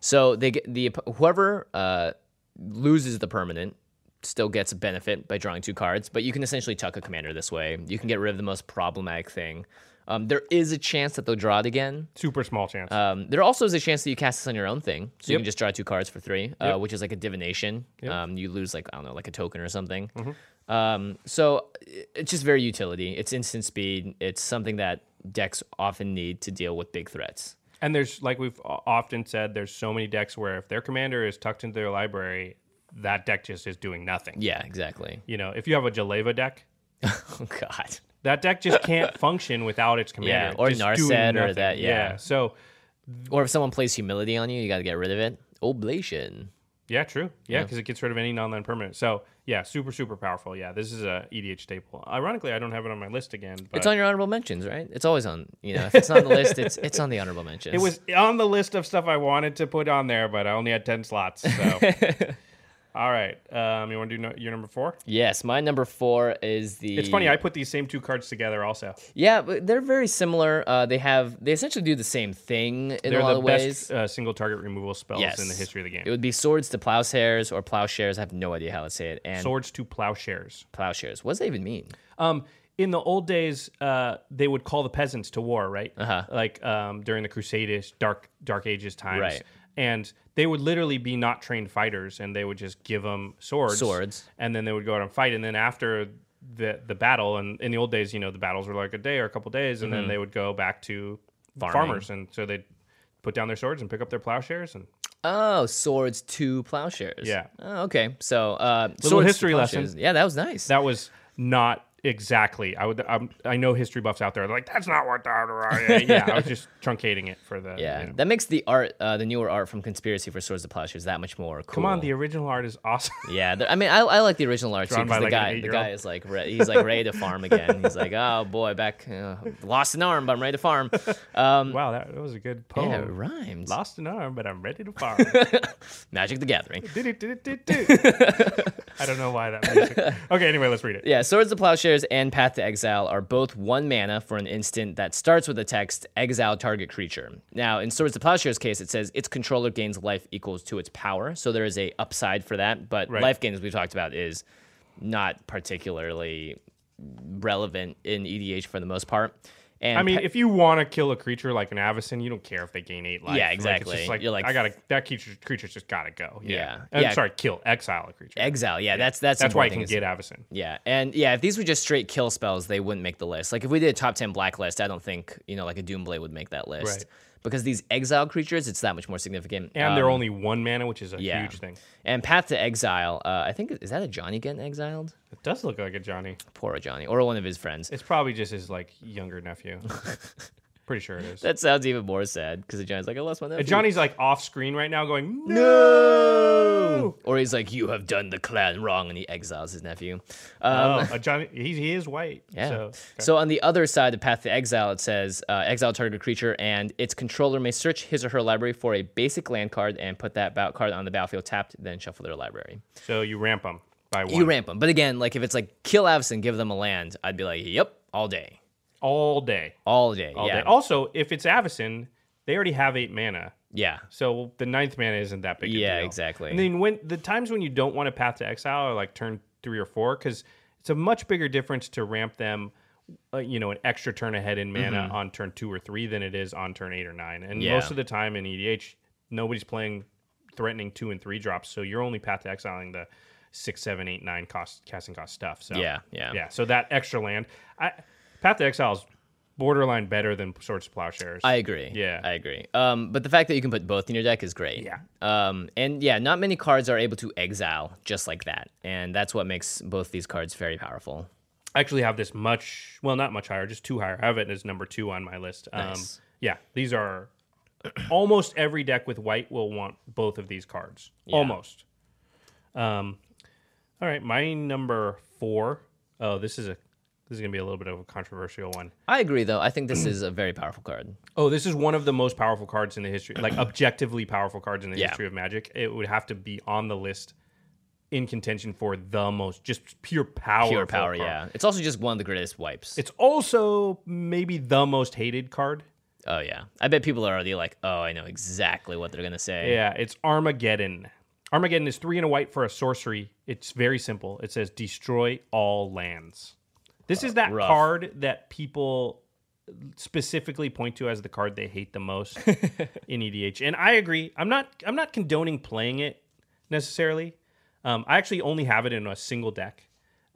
[SPEAKER 1] So they get the whoever uh, loses the permanent still gets a benefit by drawing two cards, but you can essentially tuck a commander this way. You can get rid of the most problematic thing. Um, there is a chance that they'll draw it again.
[SPEAKER 2] Super small chance.
[SPEAKER 1] Um, there also is a chance that you cast this on your own thing, so you can just draw two cards for three, uh, which is like a divination. Um, you lose like I don't know, like a token or something.
[SPEAKER 2] Mm-hmm.
[SPEAKER 1] Um, so i- it's just very utility. It's instant speed. It's something that decks often need to deal with big threats.
[SPEAKER 2] and there's like we've o- often said, there's so many decks where if their commander is tucked into their library, that deck just is doing nothing.
[SPEAKER 1] Yeah, exactly.
[SPEAKER 2] You know, if you have a Jaleva deck,
[SPEAKER 1] Oh God.
[SPEAKER 2] that deck just can't function without its commander.
[SPEAKER 1] or
[SPEAKER 2] just
[SPEAKER 1] Narset
[SPEAKER 2] doing
[SPEAKER 1] or
[SPEAKER 2] nothing.
[SPEAKER 1] that, yeah.
[SPEAKER 2] So
[SPEAKER 1] Or if someone plays humility on you, you got to get rid of it. Oblation.
[SPEAKER 2] yeah, true. Yeah, because it gets rid of any non-land permanent. So yeah, super super powerful. Yeah, this is a EDH staple. Ironically, I don't have it on my list again. But
[SPEAKER 1] It's on your honorable mentions, right? It's always on. You know, if it's not on the list, it's it's on the honorable mentions.
[SPEAKER 2] It was on the list of stuff I wanted to put on there, but I only had ten slots. So. All right. Um, you want to do no- your number four?
[SPEAKER 1] yes. My number four is the.
[SPEAKER 2] It's funny. I put these same two cards together. Also,
[SPEAKER 1] Yeah, but they're very similar. Uh, they have they essentially do the same thing in
[SPEAKER 2] they're
[SPEAKER 1] a lot
[SPEAKER 2] the
[SPEAKER 1] of ways.
[SPEAKER 2] best uh, single target removal spells
[SPEAKER 1] yes,
[SPEAKER 2] in the history of the game.
[SPEAKER 1] It would be swords to plowshares or plowshares. I have no idea how to say it. And
[SPEAKER 2] Swords to plowshares.
[SPEAKER 1] plowshares. What does that even mean?
[SPEAKER 2] Um, in the old days, uh, they would call the peasants to war, right? Uh-huh. Like um, during the Crusades, Dark Dark Ages times,
[SPEAKER 1] Right.
[SPEAKER 2] And they would literally be not trained fighters, and they would just give them swords,
[SPEAKER 1] Swords.
[SPEAKER 2] and then they would go out and fight. And then after the the battle, and in the old days, you know, the battles were like a day or a couple days,
[SPEAKER 1] Mm-hmm.
[SPEAKER 2] and then they would go back to farmers, and so they. would Put down their swords and pick up their plowshares, and
[SPEAKER 1] Oh, swords to plowshares.
[SPEAKER 2] Yeah.
[SPEAKER 1] Oh, okay. So uh, swords to
[SPEAKER 2] history lesson.
[SPEAKER 1] plowshares. Yeah, that was nice.
[SPEAKER 2] that was not exactly. I would. I'm, I know history buffs out there. are Like that's not what. that- Yeah, I was just truncating it for the.
[SPEAKER 1] yeah,
[SPEAKER 2] you know.
[SPEAKER 1] that makes the art, uh, the newer art from Conspiracy for Swords to Plowshares, that much more cool.
[SPEAKER 2] Come on, the original art is awesome.
[SPEAKER 1] yeah. the- I mean, I, I like the original art too.
[SPEAKER 2] Drawn
[SPEAKER 1] 'cause
[SPEAKER 2] by,
[SPEAKER 1] the
[SPEAKER 2] like, an
[SPEAKER 1] guy, the guy
[SPEAKER 2] eight-year-old.
[SPEAKER 1] is like, re- he's like ready to farm again. He's like, oh boy, back uh, lost an arm, but I'm ready to farm.
[SPEAKER 2] wow, that, that was a good poem.
[SPEAKER 1] Yeah, it rhymes.
[SPEAKER 2] Lost an arm, but I'm ready to farm.
[SPEAKER 1] Magic the Gathering.
[SPEAKER 2] I don't know why that. Music. Okay, anyway, let's read it.
[SPEAKER 1] Yeah, Swords to Plowshares and Path to Exile are both one mana for an instant that starts with the text exile target creature. Now, in Swords to Plowshares case, it says its controller gains life equals to its power, so there is a upside for that. But
[SPEAKER 2] Right.
[SPEAKER 1] life gain, as we've talked about, is not particularly relevant in EDH for the most part. And
[SPEAKER 2] I mean,
[SPEAKER 1] pa-
[SPEAKER 2] if you want to kill a creature like an Avison, you don't care if they gain eight life.
[SPEAKER 1] Yeah,
[SPEAKER 2] Like, it's
[SPEAKER 1] exactly.
[SPEAKER 2] just like,
[SPEAKER 1] You're like-
[SPEAKER 2] I gotta that creature creature's just gotta go.
[SPEAKER 1] Yeah.
[SPEAKER 2] I'm
[SPEAKER 1] Yeah.
[SPEAKER 2] sorry, kill exile a creature.
[SPEAKER 1] exile, yeah, that's that's
[SPEAKER 2] That's why I
[SPEAKER 1] important
[SPEAKER 2] can
[SPEAKER 1] thing is-
[SPEAKER 2] get Avison.
[SPEAKER 1] Yeah, and yeah, if these were just straight kill spells, they wouldn't make the list. Like if we did a top ten blacklist, I don't think you know like a Doomblade would make that list.
[SPEAKER 2] Right.
[SPEAKER 1] because these exile creatures, it's that much more significant.
[SPEAKER 2] And they're
[SPEAKER 1] Um,
[SPEAKER 2] only one mana, which is a
[SPEAKER 1] yeah.
[SPEAKER 2] huge thing.
[SPEAKER 1] And Path to Exile, uh, I think is that a Johnny getting exiled?
[SPEAKER 2] It does look like a Johnny.
[SPEAKER 1] Poor Johnny, or one of his friends.
[SPEAKER 2] It's probably just his like younger nephew. Pretty sure it is.
[SPEAKER 1] That sounds even more sad because Johnny's like, I lost my nephew.
[SPEAKER 2] And Johnny's like off screen right now, going no.
[SPEAKER 1] or he's like, you have done the clan wrong, and he exiles his nephew.
[SPEAKER 2] Oh,
[SPEAKER 1] Um,
[SPEAKER 2] a Johnny, he, he is white.
[SPEAKER 1] Yeah.
[SPEAKER 2] So,
[SPEAKER 1] So,
[SPEAKER 2] okay.
[SPEAKER 1] on the other side of Path to Exile, it says uh, exile target creature and its controller may search his or her library for a basic land card and put that bout card on the battlefield tapped, then shuffle their library.
[SPEAKER 2] so you ramp him by one
[SPEAKER 1] You ramp them. But again, like if it's like kill Avison, give them a land, I'd be like, yep, all day.
[SPEAKER 2] all day.
[SPEAKER 1] All day.
[SPEAKER 2] All
[SPEAKER 1] yeah.
[SPEAKER 2] day. Oh. Also, if it's Avison, they already have eight mana.
[SPEAKER 1] yeah.
[SPEAKER 2] So the ninth mana isn't that big. a
[SPEAKER 1] Yeah,
[SPEAKER 2] deal.
[SPEAKER 1] exactly.
[SPEAKER 2] And then when the times when you don't want to path to exile are like turn three or four, because it's a much bigger difference to ramp them, uh, you know, an extra turn ahead in mana on turn two or three than it is on turn eight or nine. And
[SPEAKER 1] Mm-hmm. Yeah.
[SPEAKER 2] most of the time in EDH, nobody's playing threatening two and three drops, so you're only path to exiling the six, seven, eight, nine cost casting cost stuff. So
[SPEAKER 1] Yeah, yeah.
[SPEAKER 2] yeah. So that extra land, I path to exile is borderline better than swords to plowshares.
[SPEAKER 1] I agree.
[SPEAKER 2] Yeah.
[SPEAKER 1] I agree. Um, but the fact that you can put both in your deck is great.
[SPEAKER 2] Yeah.
[SPEAKER 1] Um, and yeah, not many cards are able to exile just like that. And that's what makes both these cards very powerful.
[SPEAKER 2] I actually have this much well not much higher just two higher i have it as number two on my list
[SPEAKER 1] Nice.
[SPEAKER 2] um yeah these are almost every deck with white will want both of these cards almost um all right my number four oh this is a this is gonna be a little bit of a controversial one.
[SPEAKER 1] I agree, though. I think
[SPEAKER 2] Mm.
[SPEAKER 1] this is a very powerful card.
[SPEAKER 2] Oh, this is one of the most powerful cards in the history, like objectively powerful cards in the
[SPEAKER 1] Yeah.
[SPEAKER 2] history of Magic. It would have to be on the list in contention for the most, just pure power.
[SPEAKER 1] Pure power, yeah. It's also just one of the greatest wipes.
[SPEAKER 2] It's also maybe the most hated card.
[SPEAKER 1] oh, yeah. I bet people are already like, oh, I know exactly what they're going to say.
[SPEAKER 2] Yeah, it's Armageddon. Armageddon is three and a white for a sorcery. It's very simple. It says destroy all lands. This is that
[SPEAKER 1] Uh, rough.
[SPEAKER 2] card that people specifically point to as the card they hate the most in EDH. And I agree. I'm not I'm not condoning playing it necessarily. Um, I actually only have it in a single deck.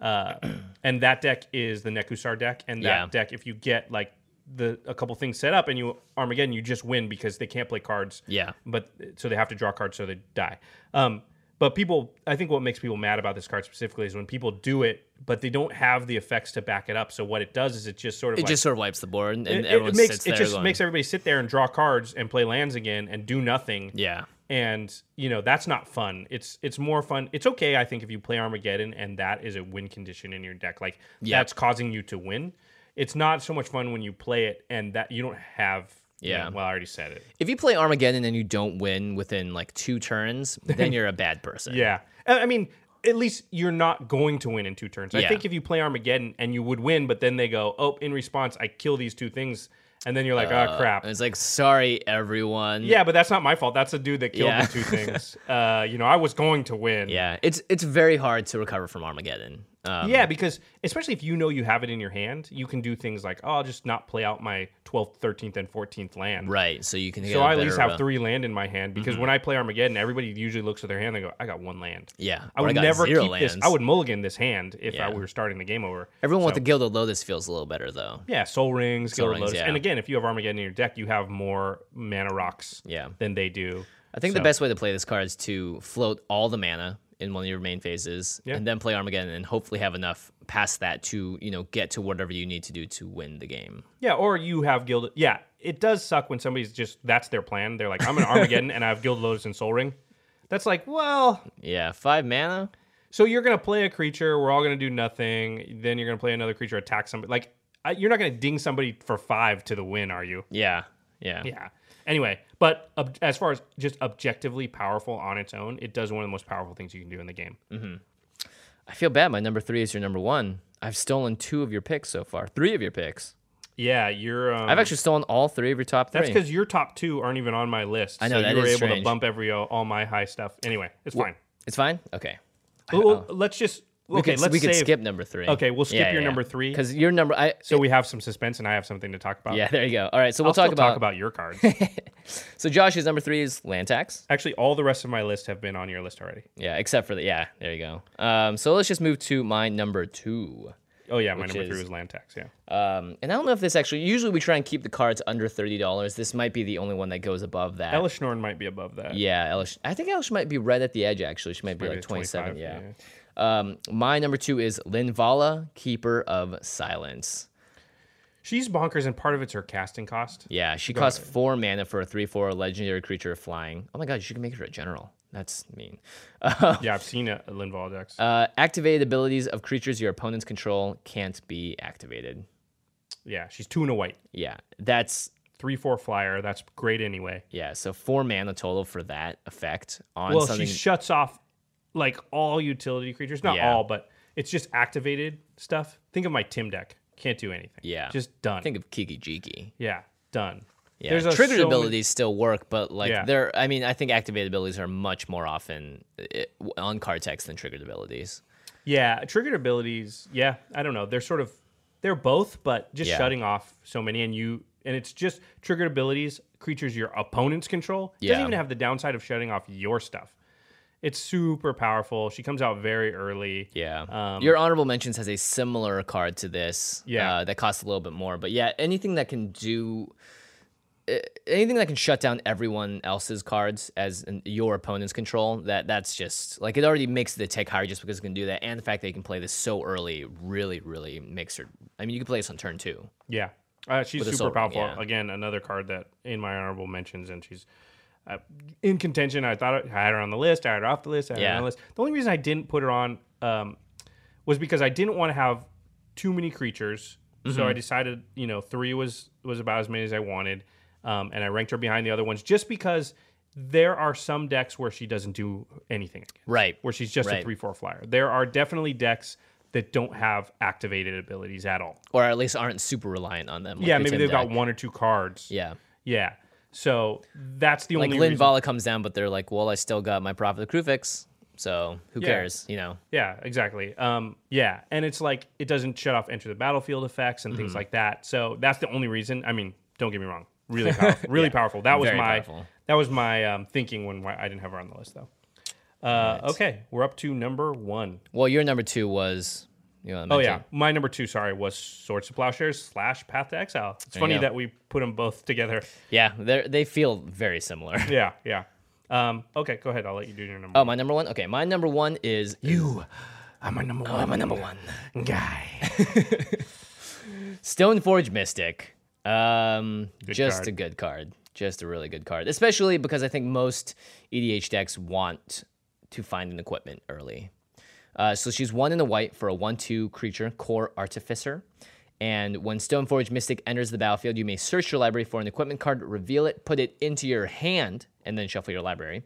[SPEAKER 2] Uh, and that deck is the Nekusar deck. And that
[SPEAKER 1] Yeah.
[SPEAKER 2] deck, if you get like the a couple things set up and you Armageddon, you just win because they can't play cards
[SPEAKER 1] Yeah.
[SPEAKER 2] but so they have to draw cards so they die. Um, but people, I think what makes people mad about this card specifically is when people do it, but they don't have the effects to back it up. So what it does is it just sort of
[SPEAKER 1] It
[SPEAKER 2] like,
[SPEAKER 1] just sort of wipes the board, and
[SPEAKER 2] it, it
[SPEAKER 1] everyone
[SPEAKER 2] makes
[SPEAKER 1] sits
[SPEAKER 2] it
[SPEAKER 1] there
[SPEAKER 2] just
[SPEAKER 1] going,
[SPEAKER 2] makes everybody sit there and draw cards and play lands again and do nothing.
[SPEAKER 1] yeah.
[SPEAKER 2] And you know that's not fun. It's it's more fun. It's okay, I think, if you play Armageddon and that is a win condition in your deck, like
[SPEAKER 1] Yeah.
[SPEAKER 2] that's causing you to win. It's not so much fun when you play it and that you don't have. you
[SPEAKER 1] Yeah.
[SPEAKER 2] know, well, I already said it.
[SPEAKER 1] If you play Armageddon and you don't win within like two turns, then you're a bad person.
[SPEAKER 2] Yeah. I I mean, at least you're not going to win in two turns. I
[SPEAKER 1] Yeah.
[SPEAKER 2] think if you play Armageddon and you would win, but then they go, oh, in response, I kill these two things. And then you're like, oh, crap.
[SPEAKER 1] And it's like, sorry, everyone.
[SPEAKER 2] Yeah, but that's not my fault. That's the dude that killed
[SPEAKER 1] Yeah.
[SPEAKER 2] the two things. uh, you know, I was going to win.
[SPEAKER 1] Yeah. It's it's very hard to recover from Armageddon. Um,
[SPEAKER 2] Yeah, because especially if you know you have it in your hand, you can do things like, oh, I'll just not play out my 12th, 13th, and 14th land.
[SPEAKER 1] Right. So you can. get
[SPEAKER 2] So
[SPEAKER 1] a
[SPEAKER 2] I at
[SPEAKER 1] better,
[SPEAKER 2] least
[SPEAKER 1] Mm-hmm.
[SPEAKER 2] have
[SPEAKER 1] uh,
[SPEAKER 2] three land in my hand because when I play Armageddon, everybody usually looks at their hand and go, I got one land.
[SPEAKER 1] Yeah.
[SPEAKER 2] I
[SPEAKER 1] or
[SPEAKER 2] would
[SPEAKER 1] got
[SPEAKER 2] never keep
[SPEAKER 1] zero
[SPEAKER 2] this.
[SPEAKER 1] lands.
[SPEAKER 2] I would mulligan this hand if
[SPEAKER 1] Yeah.
[SPEAKER 2] I were starting the game over.
[SPEAKER 1] Everyone with
[SPEAKER 2] So-
[SPEAKER 1] the Gilded Lotus feels a little better though.
[SPEAKER 2] Yeah, soul rings,
[SPEAKER 1] Soul
[SPEAKER 2] Gilded
[SPEAKER 1] Rings,
[SPEAKER 2] Lotus.
[SPEAKER 1] yeah.
[SPEAKER 2] And again, if you have Armageddon in your deck, you have more mana rocks
[SPEAKER 1] Yeah.
[SPEAKER 2] than they do.
[SPEAKER 1] I think
[SPEAKER 2] So-
[SPEAKER 1] the best way to play this card is to float all the mana in one of your main phases,
[SPEAKER 2] Yeah.
[SPEAKER 1] and then play Armageddon, and hopefully have enough past that to you know get to whatever you need to do to win the game.
[SPEAKER 2] Yeah, or you have Gilded. Yeah, it does suck when somebody's just that's their plan. They're like, I'm an Armageddon and I have Gilded Lotus and Soul Ring. That's like, well,
[SPEAKER 1] Yeah, five mana.
[SPEAKER 2] so you're gonna play a creature. We're all gonna do nothing. Then you're gonna play another creature, attack somebody. Like, I, you're not gonna ding somebody for five to the win, are you?
[SPEAKER 1] Yeah, yeah,
[SPEAKER 2] Yeah. Anyway, but ob- as far as just objectively powerful on its own, it does one of the most powerful things you can do in the game.
[SPEAKER 1] Mm. I feel bad. My number three is your number one. I've stolen two of your picks so far. Three of your picks.
[SPEAKER 2] Yeah, you're. Um,
[SPEAKER 1] I've actually stolen all three of your top three.
[SPEAKER 2] That's because your top two aren't even on my list.
[SPEAKER 1] I know,
[SPEAKER 2] so
[SPEAKER 1] that
[SPEAKER 2] you were
[SPEAKER 1] is
[SPEAKER 2] able to
[SPEAKER 1] strange.
[SPEAKER 2] bump every all, all my high stuff. Anyway, it's fine.
[SPEAKER 1] it's fine. Okay.
[SPEAKER 2] Well, let's just
[SPEAKER 1] We
[SPEAKER 2] okay.
[SPEAKER 1] could,
[SPEAKER 2] let's
[SPEAKER 1] we could
[SPEAKER 2] save-
[SPEAKER 1] skip number three.
[SPEAKER 2] Okay, we'll skip your number three.
[SPEAKER 1] because your number. I
[SPEAKER 2] So we have some suspense, and I have something to talk about.
[SPEAKER 1] yeah. There you go. All right. So we'll
[SPEAKER 2] I'll
[SPEAKER 1] talk
[SPEAKER 2] still
[SPEAKER 1] about,
[SPEAKER 2] talk about your cards.
[SPEAKER 1] So Josh's number three is land tax.
[SPEAKER 2] Actually, all the rest of my list have been on your list already.
[SPEAKER 1] Yeah, except for the yeah, there you go. Um, so let's just move to my number two.
[SPEAKER 2] Oh yeah, my
[SPEAKER 1] Which
[SPEAKER 2] number
[SPEAKER 1] is-
[SPEAKER 2] three was land tax. Yeah.
[SPEAKER 1] Um, and I don't know if this actually. Usually, we try and keep the cards under thirty dollars. This might be the only one that goes above that.
[SPEAKER 2] Elish Norn might be above that.
[SPEAKER 1] Yeah, Elish. I think Elish might be right at the edge. Actually, she might be
[SPEAKER 2] Maybe
[SPEAKER 1] like
[SPEAKER 2] at
[SPEAKER 1] twenty-seven.
[SPEAKER 2] 25,
[SPEAKER 1] yeah. Um, my number two is Linvala, Keeper of Silence.
[SPEAKER 2] She's bonkers, and part of it's her casting cost.
[SPEAKER 1] Yeah, she costs four mana for a three-four legendary creature flying. Oh my god, you can make her a general. That's mean.
[SPEAKER 2] Yeah, I've seen it, Lynn Valdex.
[SPEAKER 1] Uh, activated abilities of creatures your opponents control can't be activated.
[SPEAKER 2] yeah, she's two and a white,
[SPEAKER 1] Yeah, that's
[SPEAKER 2] three four flyer. That's great anyway.
[SPEAKER 1] yeah. So four mana total for that effect on
[SPEAKER 2] Well,
[SPEAKER 1] something.
[SPEAKER 2] she shuts off like all utility creatures, not
[SPEAKER 1] Yeah.
[SPEAKER 2] all, but it's just activated stuff. Think of my Tim deck. Can't do anything.
[SPEAKER 1] Yeah.
[SPEAKER 2] just done.
[SPEAKER 1] Think of Kiki Jiki.
[SPEAKER 2] yeah, done.
[SPEAKER 1] Yeah,
[SPEAKER 2] a
[SPEAKER 1] triggered
[SPEAKER 2] so many-
[SPEAKER 1] abilities still work, but like
[SPEAKER 2] Yeah.
[SPEAKER 1] they're. I mean, I think activated abilities are much more often eh, on card text than triggered abilities.
[SPEAKER 2] Yeah, triggered abilities. Yeah, I don't know. They're sort of they're both, but just
[SPEAKER 1] Yeah.
[SPEAKER 2] shutting off so many and you and it's just triggered abilities creatures your opponents control. It
[SPEAKER 1] Yeah.
[SPEAKER 2] Doesn't even have the downside of shutting off your stuff. It's super powerful. She comes out very early.
[SPEAKER 1] Yeah,
[SPEAKER 2] Um,
[SPEAKER 1] your honorable mentions has a similar card to this.
[SPEAKER 2] Yeah.
[SPEAKER 1] uh, that costs a little bit more, but yeah, anything that can do. eh, Anything that can shut down everyone else's cards as in your opponent's control, that that's just like it already makes the tech higher just because it can do that, and the fact that you can play this so early really, really makes her. I mean, you can play this on turn two.
[SPEAKER 2] Yeah. Uh, she's
[SPEAKER 1] With a
[SPEAKER 2] super
[SPEAKER 1] sword,
[SPEAKER 2] powerful.
[SPEAKER 1] yeah.
[SPEAKER 2] Again, another card that in my honorable mentions, and she's uh, in contention. I thought I had her on the list. I had her off the list. I had her
[SPEAKER 1] Yeah.
[SPEAKER 2] on the list. The only reason I didn't put her on um, was because I didn't want to have too many creatures.
[SPEAKER 1] Mm-hmm.
[SPEAKER 2] So I decided, you know, three was was about as many as I wanted, um, and I ranked her behind the other ones just because there are some decks where she doesn't do anything. Again
[SPEAKER 1] Right.
[SPEAKER 2] where she's just
[SPEAKER 1] Right.
[SPEAKER 2] a three four flyer. There are definitely decks that don't have activated abilities at all.
[SPEAKER 1] or at least aren't super reliant on them. like
[SPEAKER 2] yeah,
[SPEAKER 1] the
[SPEAKER 2] maybe
[SPEAKER 1] Tim
[SPEAKER 2] they've got
[SPEAKER 1] deck.
[SPEAKER 2] one or two cards.
[SPEAKER 1] Yeah,
[SPEAKER 2] Yeah. So that's the
[SPEAKER 1] like
[SPEAKER 2] only
[SPEAKER 1] Lynn
[SPEAKER 2] reason.
[SPEAKER 1] Vala comes down, but they're like, well, I still got my Prophet of the Crufix, so who
[SPEAKER 2] Yeah.
[SPEAKER 1] cares? You know,
[SPEAKER 2] yeah, exactly. Um, yeah, and it's like it doesn't shut off enter the battlefield effects and
[SPEAKER 1] Mm-hmm.
[SPEAKER 2] things like that. So that's the only reason. I mean, don't get me wrong, really powerful, really powerful. That was
[SPEAKER 1] Very
[SPEAKER 2] my
[SPEAKER 1] powerful.
[SPEAKER 2] that was my um, thinking when why I didn't have her on the list though. Uh, Okay, we're up to number one.
[SPEAKER 1] well, your number two was. You know,
[SPEAKER 2] Oh yeah, my number two, sorry, was Swords to Plowshares slash Path to Exile. It's funny
[SPEAKER 1] go.
[SPEAKER 2] that we put them both together.
[SPEAKER 1] yeah, they they feel very similar.
[SPEAKER 2] Yeah, yeah. Um, okay, go ahead. I'll let you do your number.
[SPEAKER 1] Oh, my number one. Okay, my number one is
[SPEAKER 2] you. I'm my number one.
[SPEAKER 1] I'm a number one.
[SPEAKER 2] guy.
[SPEAKER 1] Stoneforge Mystic. Um, just
[SPEAKER 2] card.
[SPEAKER 1] a good card. Just a really good card, especially because I think most EDH decks want to find an equipment early. Uh, so she's one in the white for a one-two creature, Core Artificer. And when Stoneforge Mystic enters the battlefield, you may search your library for an equipment card, reveal it, put it into your hand, and then shuffle your library.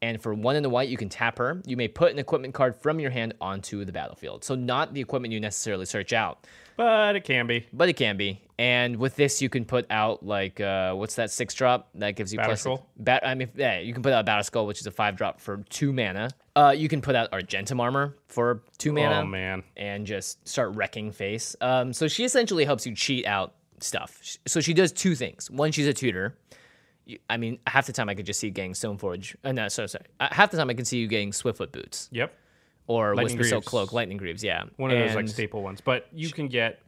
[SPEAKER 1] And for one in the white, you can tap her. You may put an equipment card from your hand onto the battlefield. So not the equipment you necessarily search out,
[SPEAKER 2] But it can be.
[SPEAKER 1] but it can be. And with this, you can put out like uh, what's that six drop that gives you
[SPEAKER 2] Batter
[SPEAKER 1] plus six-
[SPEAKER 2] Skull?
[SPEAKER 1] Bat, I mean, yeah, you can put out Battle Skull, which is a five drop for two mana. Uh, you can put out Argentum Armor for two mana.
[SPEAKER 2] Oh man.
[SPEAKER 1] And just start wrecking face. Um, so she essentially helps you cheat out stuff. Sh- So she does two things. One, she's a tutor. You- I mean, half the time I could just see you getting Stoneforge. Uh, no, sorry, sorry. Uh, half the time I can see you getting Swiftfoot Boots
[SPEAKER 2] Yep.
[SPEAKER 1] or
[SPEAKER 2] Lightning
[SPEAKER 1] Whisper Silk
[SPEAKER 2] Greaves.
[SPEAKER 1] Cloak, Lightning Greaves. Yeah,
[SPEAKER 2] One of those like
[SPEAKER 1] And-
[SPEAKER 2] staple ones. But you can get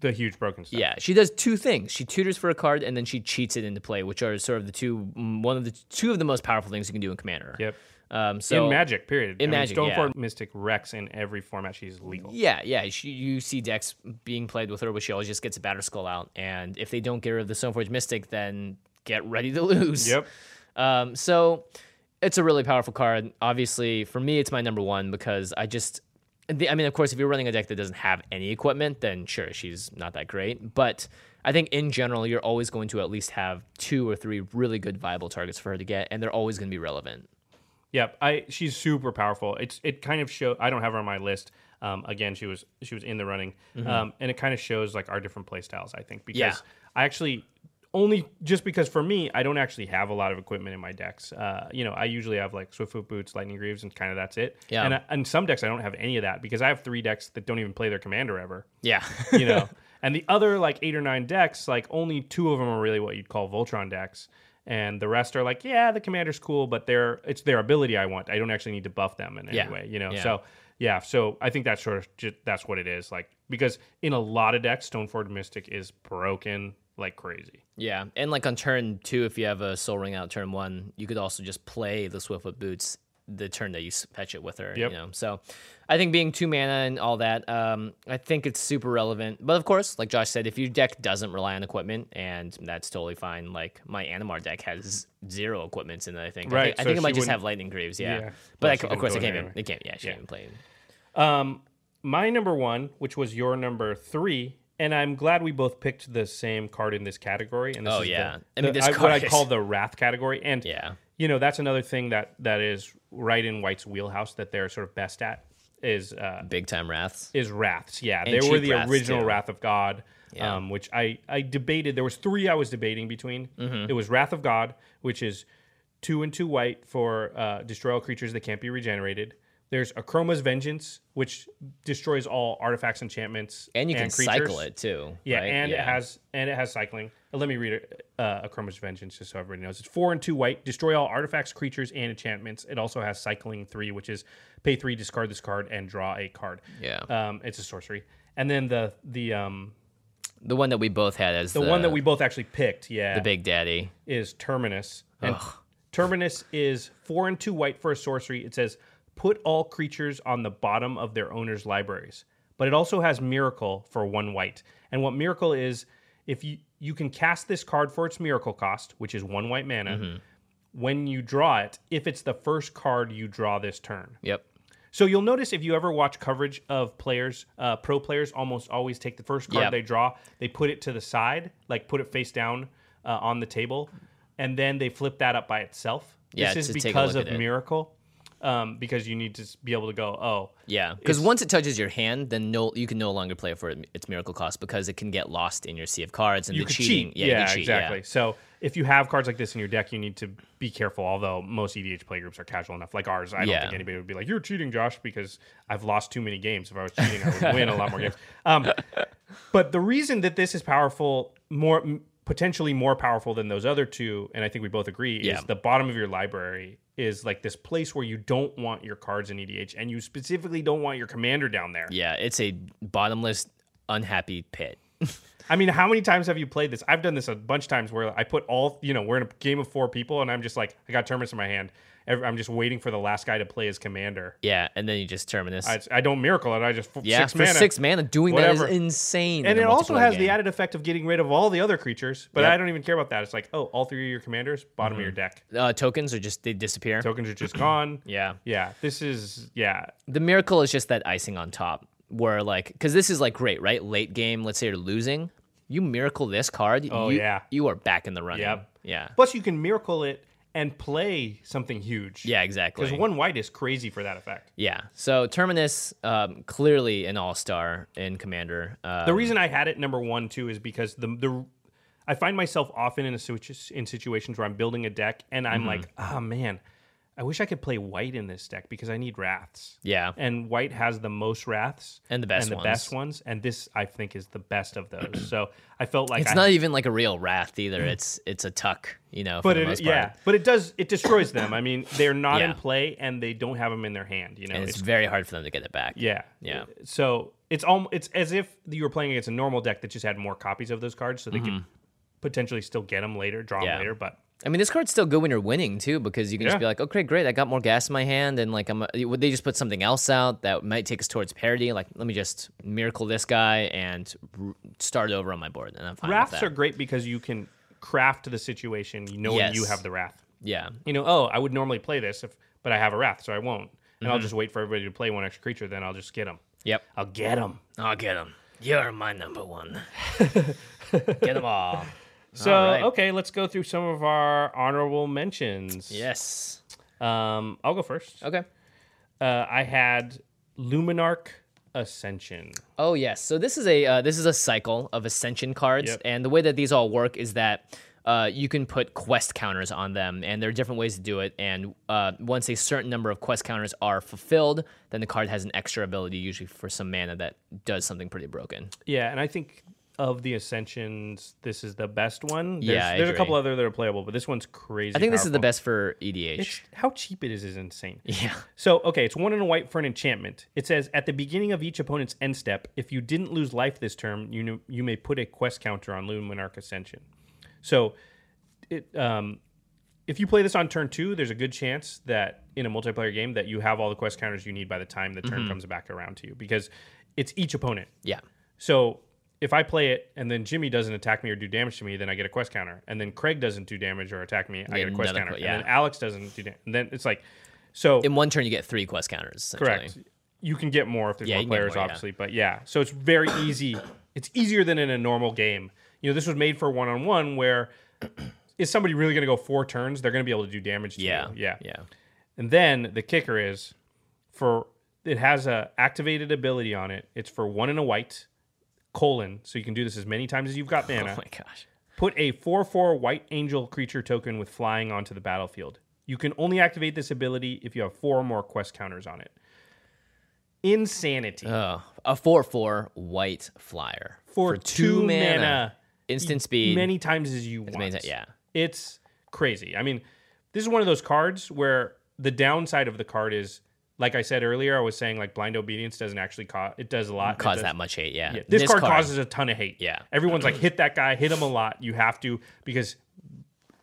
[SPEAKER 2] the huge broken stuff.
[SPEAKER 1] Yeah, she does two things. She tutors for a card, and then she cheats it into play, which are sort of the two mm, one of the two of the most powerful things you can do in Commander.
[SPEAKER 2] Yep.
[SPEAKER 1] Um, so
[SPEAKER 2] In Magic, period.
[SPEAKER 1] In
[SPEAKER 2] I mean,
[SPEAKER 1] Magic, yeah.
[SPEAKER 2] Stoneforge Mystic Rex in every format she's legal.
[SPEAKER 1] Yeah, yeah. She, you see decks being played with her, but she always just gets a batter skull out, and if they don't get rid of the Stoneforge Mystic, then get ready to lose.
[SPEAKER 2] Yep.
[SPEAKER 1] Um, so it's a really powerful card. Obviously, for me, it's my number one because I just, the, I mean, of course, if you're running a deck that doesn't have any equipment, then sure, she's not that great. But I think in general, you're always going to at least have two or three really good viable targets for her to get, and they're always going to be relevant.
[SPEAKER 2] Yep, I she's super powerful. It's it kind of show. I don't have her on my list. Um, again, she was she was in the running, um, and it kind of shows like our different play styles. I think because
[SPEAKER 1] Mm-hmm. Yeah.
[SPEAKER 2] I actually only just because for me I don't actually have a lot of equipment in my decks. Uh, you know, I usually have like Swiftfoot boots, Lightning Greaves, and kind of that's it.
[SPEAKER 1] Yeah.
[SPEAKER 2] and I, and some decks I don't have any of that because I have three decks that don't even play their commander ever
[SPEAKER 1] Yeah.
[SPEAKER 2] you know. and the other like eight or nine decks, like only two of them are really what you'd call Voltron decks, and the rest are like, yeah, the commander's cool, but they're it's their ability I want. I don't actually need to buff them in any
[SPEAKER 1] Yeah.
[SPEAKER 2] way, you know.
[SPEAKER 1] Yeah.
[SPEAKER 2] So yeah, so I think that's sort of just, that's what it is like because in a lot of decks, Stoneforge Mystic is broken like crazy.
[SPEAKER 1] Yeah, and like on turn two, if you have a soul ring out turn one, you could also just play the Swiftfoot Boots the turn that you s- fetch it with her.
[SPEAKER 2] Yep.
[SPEAKER 1] You know, so I think being two mana and all that, um, I think it's super relevant. But of course, like Josh said, if your deck doesn't rely on equipment, and that's totally fine. Like my Animar deck has zero equipments in it. I think. I
[SPEAKER 2] Right,
[SPEAKER 1] think, I
[SPEAKER 2] so
[SPEAKER 1] think it
[SPEAKER 2] she
[SPEAKER 1] might just
[SPEAKER 2] wouldn't-
[SPEAKER 1] have lightning greaves. Yeah,
[SPEAKER 2] Yeah.
[SPEAKER 1] but
[SPEAKER 2] Well,
[SPEAKER 1] I
[SPEAKER 2] she
[SPEAKER 1] c of
[SPEAKER 2] couldn't
[SPEAKER 1] course,
[SPEAKER 2] go
[SPEAKER 1] I
[SPEAKER 2] in
[SPEAKER 1] can't.
[SPEAKER 2] anyway.
[SPEAKER 1] Even, it can't. Yeah, she
[SPEAKER 2] Yeah.
[SPEAKER 1] didn't play.
[SPEAKER 2] Um, my number one, which was your number three, and I'm glad we both picked the same card in this category. And this
[SPEAKER 1] Oh,
[SPEAKER 2] is the-
[SPEAKER 1] yeah. I
[SPEAKER 2] the-
[SPEAKER 1] mean, this
[SPEAKER 2] what I
[SPEAKER 1] card is-
[SPEAKER 2] call the wrath category, and
[SPEAKER 1] Yeah.
[SPEAKER 2] you know that's another thing that that is right in White's wheelhouse that they're sort of best at is uh,
[SPEAKER 1] Big time wraths.
[SPEAKER 2] is wraths. Yeah,
[SPEAKER 1] And
[SPEAKER 2] they were
[SPEAKER 1] cheap
[SPEAKER 2] the
[SPEAKER 1] wraths,
[SPEAKER 2] original
[SPEAKER 1] too.
[SPEAKER 2] Wrath of God, um, which I I debated. There was three I was debating between.
[SPEAKER 1] Mm-hmm.
[SPEAKER 2] It was Wrath of God, which is two and two white for uh, destroy all creatures that can't be regenerated. There's Achroma's Vengeance, which destroys all artifacts, enchantments,
[SPEAKER 1] And you can
[SPEAKER 2] creatures.
[SPEAKER 1] cycle it too.
[SPEAKER 2] Yeah,
[SPEAKER 1] right?
[SPEAKER 2] and
[SPEAKER 1] yeah.
[SPEAKER 2] it has and it has cycling. Uh, Let me read it. Uh, Achroma's Vengeance, just so everybody knows. It's four and two white. Destroy all artifacts, creatures, and enchantments. It also has cycling three, which is pay three, discard this card, and draw a card.
[SPEAKER 1] Yeah.
[SPEAKER 2] um, it's a sorcery. And then the the um
[SPEAKER 1] the one that we both had as
[SPEAKER 2] the, one that we both actually picked, yeah,
[SPEAKER 1] the Big Daddy.
[SPEAKER 2] is Terminus. And Terminus is four and two white for a sorcery. It says put all creatures on the bottom of their owner's libraries. But it also has Miracle for one white. And what Miracle is, if you you can cast this card for its Miracle cost, which is one white mana. When you draw it, if it's the first card you draw this turn.
[SPEAKER 1] Yep.
[SPEAKER 2] So you'll notice if you ever watch coverage of players, uh, pro players almost always take the first card
[SPEAKER 1] Yep.
[SPEAKER 2] they draw, they put it to the side, like put it face down uh, on the table, and then they flip that up by itself.
[SPEAKER 1] Yeah,
[SPEAKER 2] this
[SPEAKER 1] to
[SPEAKER 2] is
[SPEAKER 1] take a
[SPEAKER 2] because
[SPEAKER 1] look
[SPEAKER 2] of
[SPEAKER 1] at it.
[SPEAKER 2] Miracle, um, because you need to s- be able to go, oh,
[SPEAKER 1] Yeah, because once it touches your hand, then no, you can no longer play it for its miracle cost because it can get lost in your sea of cards and
[SPEAKER 2] you
[SPEAKER 1] the
[SPEAKER 2] could
[SPEAKER 1] cheating.
[SPEAKER 2] cheat.
[SPEAKER 1] Yeah, you could cheat, yeah.
[SPEAKER 2] exactly. So if you have cards like this in your deck, you need to be careful. Although most EDH playgroups are casual enough, like ours, I don't
[SPEAKER 1] Yeah.
[SPEAKER 2] think anybody would be like, "You're cheating, Josh," because I've lost too many games. If I was cheating, I would win a lot more games. Um, but the reason that this is powerful, more m- potentially more powerful than those other two, and I think we both agree,
[SPEAKER 1] Yeah.
[SPEAKER 2] is the bottom of your library is like this place where you don't want your cards in EDH, and you specifically don't want your commander down there.
[SPEAKER 1] Yeah, it's a bottomless, unhappy pit.
[SPEAKER 2] I mean, how many times have you played this? I've done this a bunch of times where I put all, you know, we're in a game of four people and I'm just like, I got Terminus in my hand. Ev- I'm just waiting for the last guy to play his commander.
[SPEAKER 1] Yeah, and then you just terminus.
[SPEAKER 2] I, I don't miracle and I just f-
[SPEAKER 1] yeah,
[SPEAKER 2] six
[SPEAKER 1] for
[SPEAKER 2] mana.
[SPEAKER 1] six mana, doing
[SPEAKER 2] Whatever.
[SPEAKER 1] that is insane.
[SPEAKER 2] and
[SPEAKER 1] in
[SPEAKER 2] it
[SPEAKER 1] a
[SPEAKER 2] also
[SPEAKER 1] multiplayer
[SPEAKER 2] has the
[SPEAKER 1] game.
[SPEAKER 2] added effect of getting rid of all the other creatures, but
[SPEAKER 1] Yep.
[SPEAKER 2] I don't even care about that. It's like, oh, all three of your commanders, bottom of your deck.
[SPEAKER 1] uh, tokens are just they disappear.
[SPEAKER 2] Tokens are just gone.
[SPEAKER 1] yeah,
[SPEAKER 2] Yeah. This is, yeah.
[SPEAKER 1] the miracle is just that icing on top where like because this is like great right late game let's say you're losing you miracle this card
[SPEAKER 2] Oh,
[SPEAKER 1] you,
[SPEAKER 2] yeah.
[SPEAKER 1] you are back in the running
[SPEAKER 2] Yep.
[SPEAKER 1] yeah
[SPEAKER 2] Plus, you can miracle it and play something huge.
[SPEAKER 1] yeah exactly
[SPEAKER 2] Because one white is crazy for that effect.
[SPEAKER 1] yeah so terminus um, clearly an all-star in commander uh,
[SPEAKER 2] The reason I had it number one too is because the the I find myself often in a switch in situations where I'm building a deck and
[SPEAKER 1] Mm-hmm.
[SPEAKER 2] I'm like, oh man, I wish I could play white in this deck because I need wraths.
[SPEAKER 1] yeah
[SPEAKER 2] And white has the most wraths
[SPEAKER 1] And the best
[SPEAKER 2] and the
[SPEAKER 1] ones.
[SPEAKER 2] best ones, and this I think is the best of those. so I felt like
[SPEAKER 1] it's
[SPEAKER 2] I,
[SPEAKER 1] not even like a real wrath either it's it's a tuck you know for
[SPEAKER 2] Mm. but
[SPEAKER 1] the
[SPEAKER 2] it,
[SPEAKER 1] most part.
[SPEAKER 2] yeah, but it does it destroys them. I mean, they're not in
[SPEAKER 1] Yeah.
[SPEAKER 2] play and they don't have them in their hand. You know,
[SPEAKER 1] and it's,
[SPEAKER 2] It's-
[SPEAKER 1] very hard for them to get it back
[SPEAKER 2] Yeah.
[SPEAKER 1] Yeah.
[SPEAKER 2] So it's all it's as if you were playing against a normal deck that just had more copies of those cards, so they could potentially still get them later, draw
[SPEAKER 1] Mm-hmm. Yeah.
[SPEAKER 2] them later. But
[SPEAKER 1] I mean, this card's still good when you're winning too, because you can
[SPEAKER 2] Yeah.
[SPEAKER 1] just be like, okay, great, I got more gas in my hand, and like, I'm. Would they just put something else out that might take us towards parity? Like, let me just miracle this guy and r- start over on my board, and I'm fine. with
[SPEAKER 2] wraths
[SPEAKER 1] that.
[SPEAKER 2] are great because you can craft the situation. You know, when you
[SPEAKER 1] Yes.
[SPEAKER 2] have the wrath.
[SPEAKER 1] yeah,
[SPEAKER 2] You know, oh, I would normally play this if, but I have a wrath, so I won't. And I'll just wait for everybody to play one extra creature, then I'll just get them.
[SPEAKER 1] Mm-hmm. yep.
[SPEAKER 2] I'll get them.
[SPEAKER 1] I'll get him. You're my number one. get them all.
[SPEAKER 2] So
[SPEAKER 1] All right.
[SPEAKER 2] okay, let's go through some of our honorable mentions.
[SPEAKER 1] Yes.
[SPEAKER 2] Um, I'll go first.
[SPEAKER 1] Okay.
[SPEAKER 2] Uh, I had Luminarch Ascension.
[SPEAKER 1] Oh yes. So this is a uh, this is a cycle of ascension cards,
[SPEAKER 2] Yep.
[SPEAKER 1] and the way that these all work is that. Uh, you can put quest counters on them, and there are different ways to do it. And uh, once a certain number of quest counters are fulfilled, then the card has an extra ability, usually for some mana that does something pretty broken.
[SPEAKER 2] Yeah, and I think of the Ascensions, this is the best one. There's,
[SPEAKER 1] Yeah, I
[SPEAKER 2] there's a couple
[SPEAKER 1] agree.
[SPEAKER 2] other that are playable, but this one's crazy.
[SPEAKER 1] I think this is the
[SPEAKER 2] powerful.
[SPEAKER 1] best for EDH.
[SPEAKER 2] It's, how cheap it is is insane.
[SPEAKER 1] yeah.
[SPEAKER 2] So, okay, it's one in a white for an enchantment. It says at the beginning of each opponent's end step, if you didn't lose life this term, you know, you may put a quest counter on Loon Monarch Ascension. So, it um, if you play this on turn two, there's a good chance that in a multiplayer game that you have all the quest counters you need by the time the turn
[SPEAKER 1] Mm-hmm.
[SPEAKER 2] comes back around to you because it's each opponent.
[SPEAKER 1] Yeah.
[SPEAKER 2] So if I play it and then Jimmy doesn't attack me or do damage to me, then I get a quest counter. And then Craig doesn't do damage or attack me, I
[SPEAKER 1] Yeah,
[SPEAKER 2] get a quest
[SPEAKER 1] another
[SPEAKER 2] counter.
[SPEAKER 1] que- yeah.
[SPEAKER 2] And then Alex doesn't do damage. And then it's like, so
[SPEAKER 1] In one turn, you get three quest counters. essentially.
[SPEAKER 2] correct. You can get more if there's
[SPEAKER 1] Yeah, you can get
[SPEAKER 2] more players,
[SPEAKER 1] more, yeah.
[SPEAKER 2] obviously. But yeah, so it's very easy. it's easier than in a normal game. You know, this was made for one on one where is somebody really going to go four turns? They're going to be able to do damage to
[SPEAKER 1] Yeah.
[SPEAKER 2] you. Yeah.
[SPEAKER 1] Yeah. Oh
[SPEAKER 2] And then the kicker is for it has a activated ability on it. It's for one in a white colon, so you can do this as many times as you've got
[SPEAKER 1] Oh
[SPEAKER 2] mana.
[SPEAKER 1] my gosh.
[SPEAKER 2] Put a four four white angel creature token with flying onto the battlefield. You can only activate this ability if you have four or more quest counters on it. Insanity
[SPEAKER 1] Oh, a four four white flyer
[SPEAKER 2] for, two, mana,
[SPEAKER 1] instant speed.
[SPEAKER 2] many times as you want.
[SPEAKER 1] many ti- yeah.
[SPEAKER 2] it's crazy. I mean, this is one of those cards where the downside of the card is, like I said earlier, I was saying like blind obedience doesn't actually cause it does a lot. It
[SPEAKER 1] cause
[SPEAKER 2] does-
[SPEAKER 1] that much hate. Yeah.
[SPEAKER 2] Yeah. This, card, causes a ton of hate.
[SPEAKER 1] Yeah.
[SPEAKER 2] everyone's like hit that guy, hit him a lot. You have to because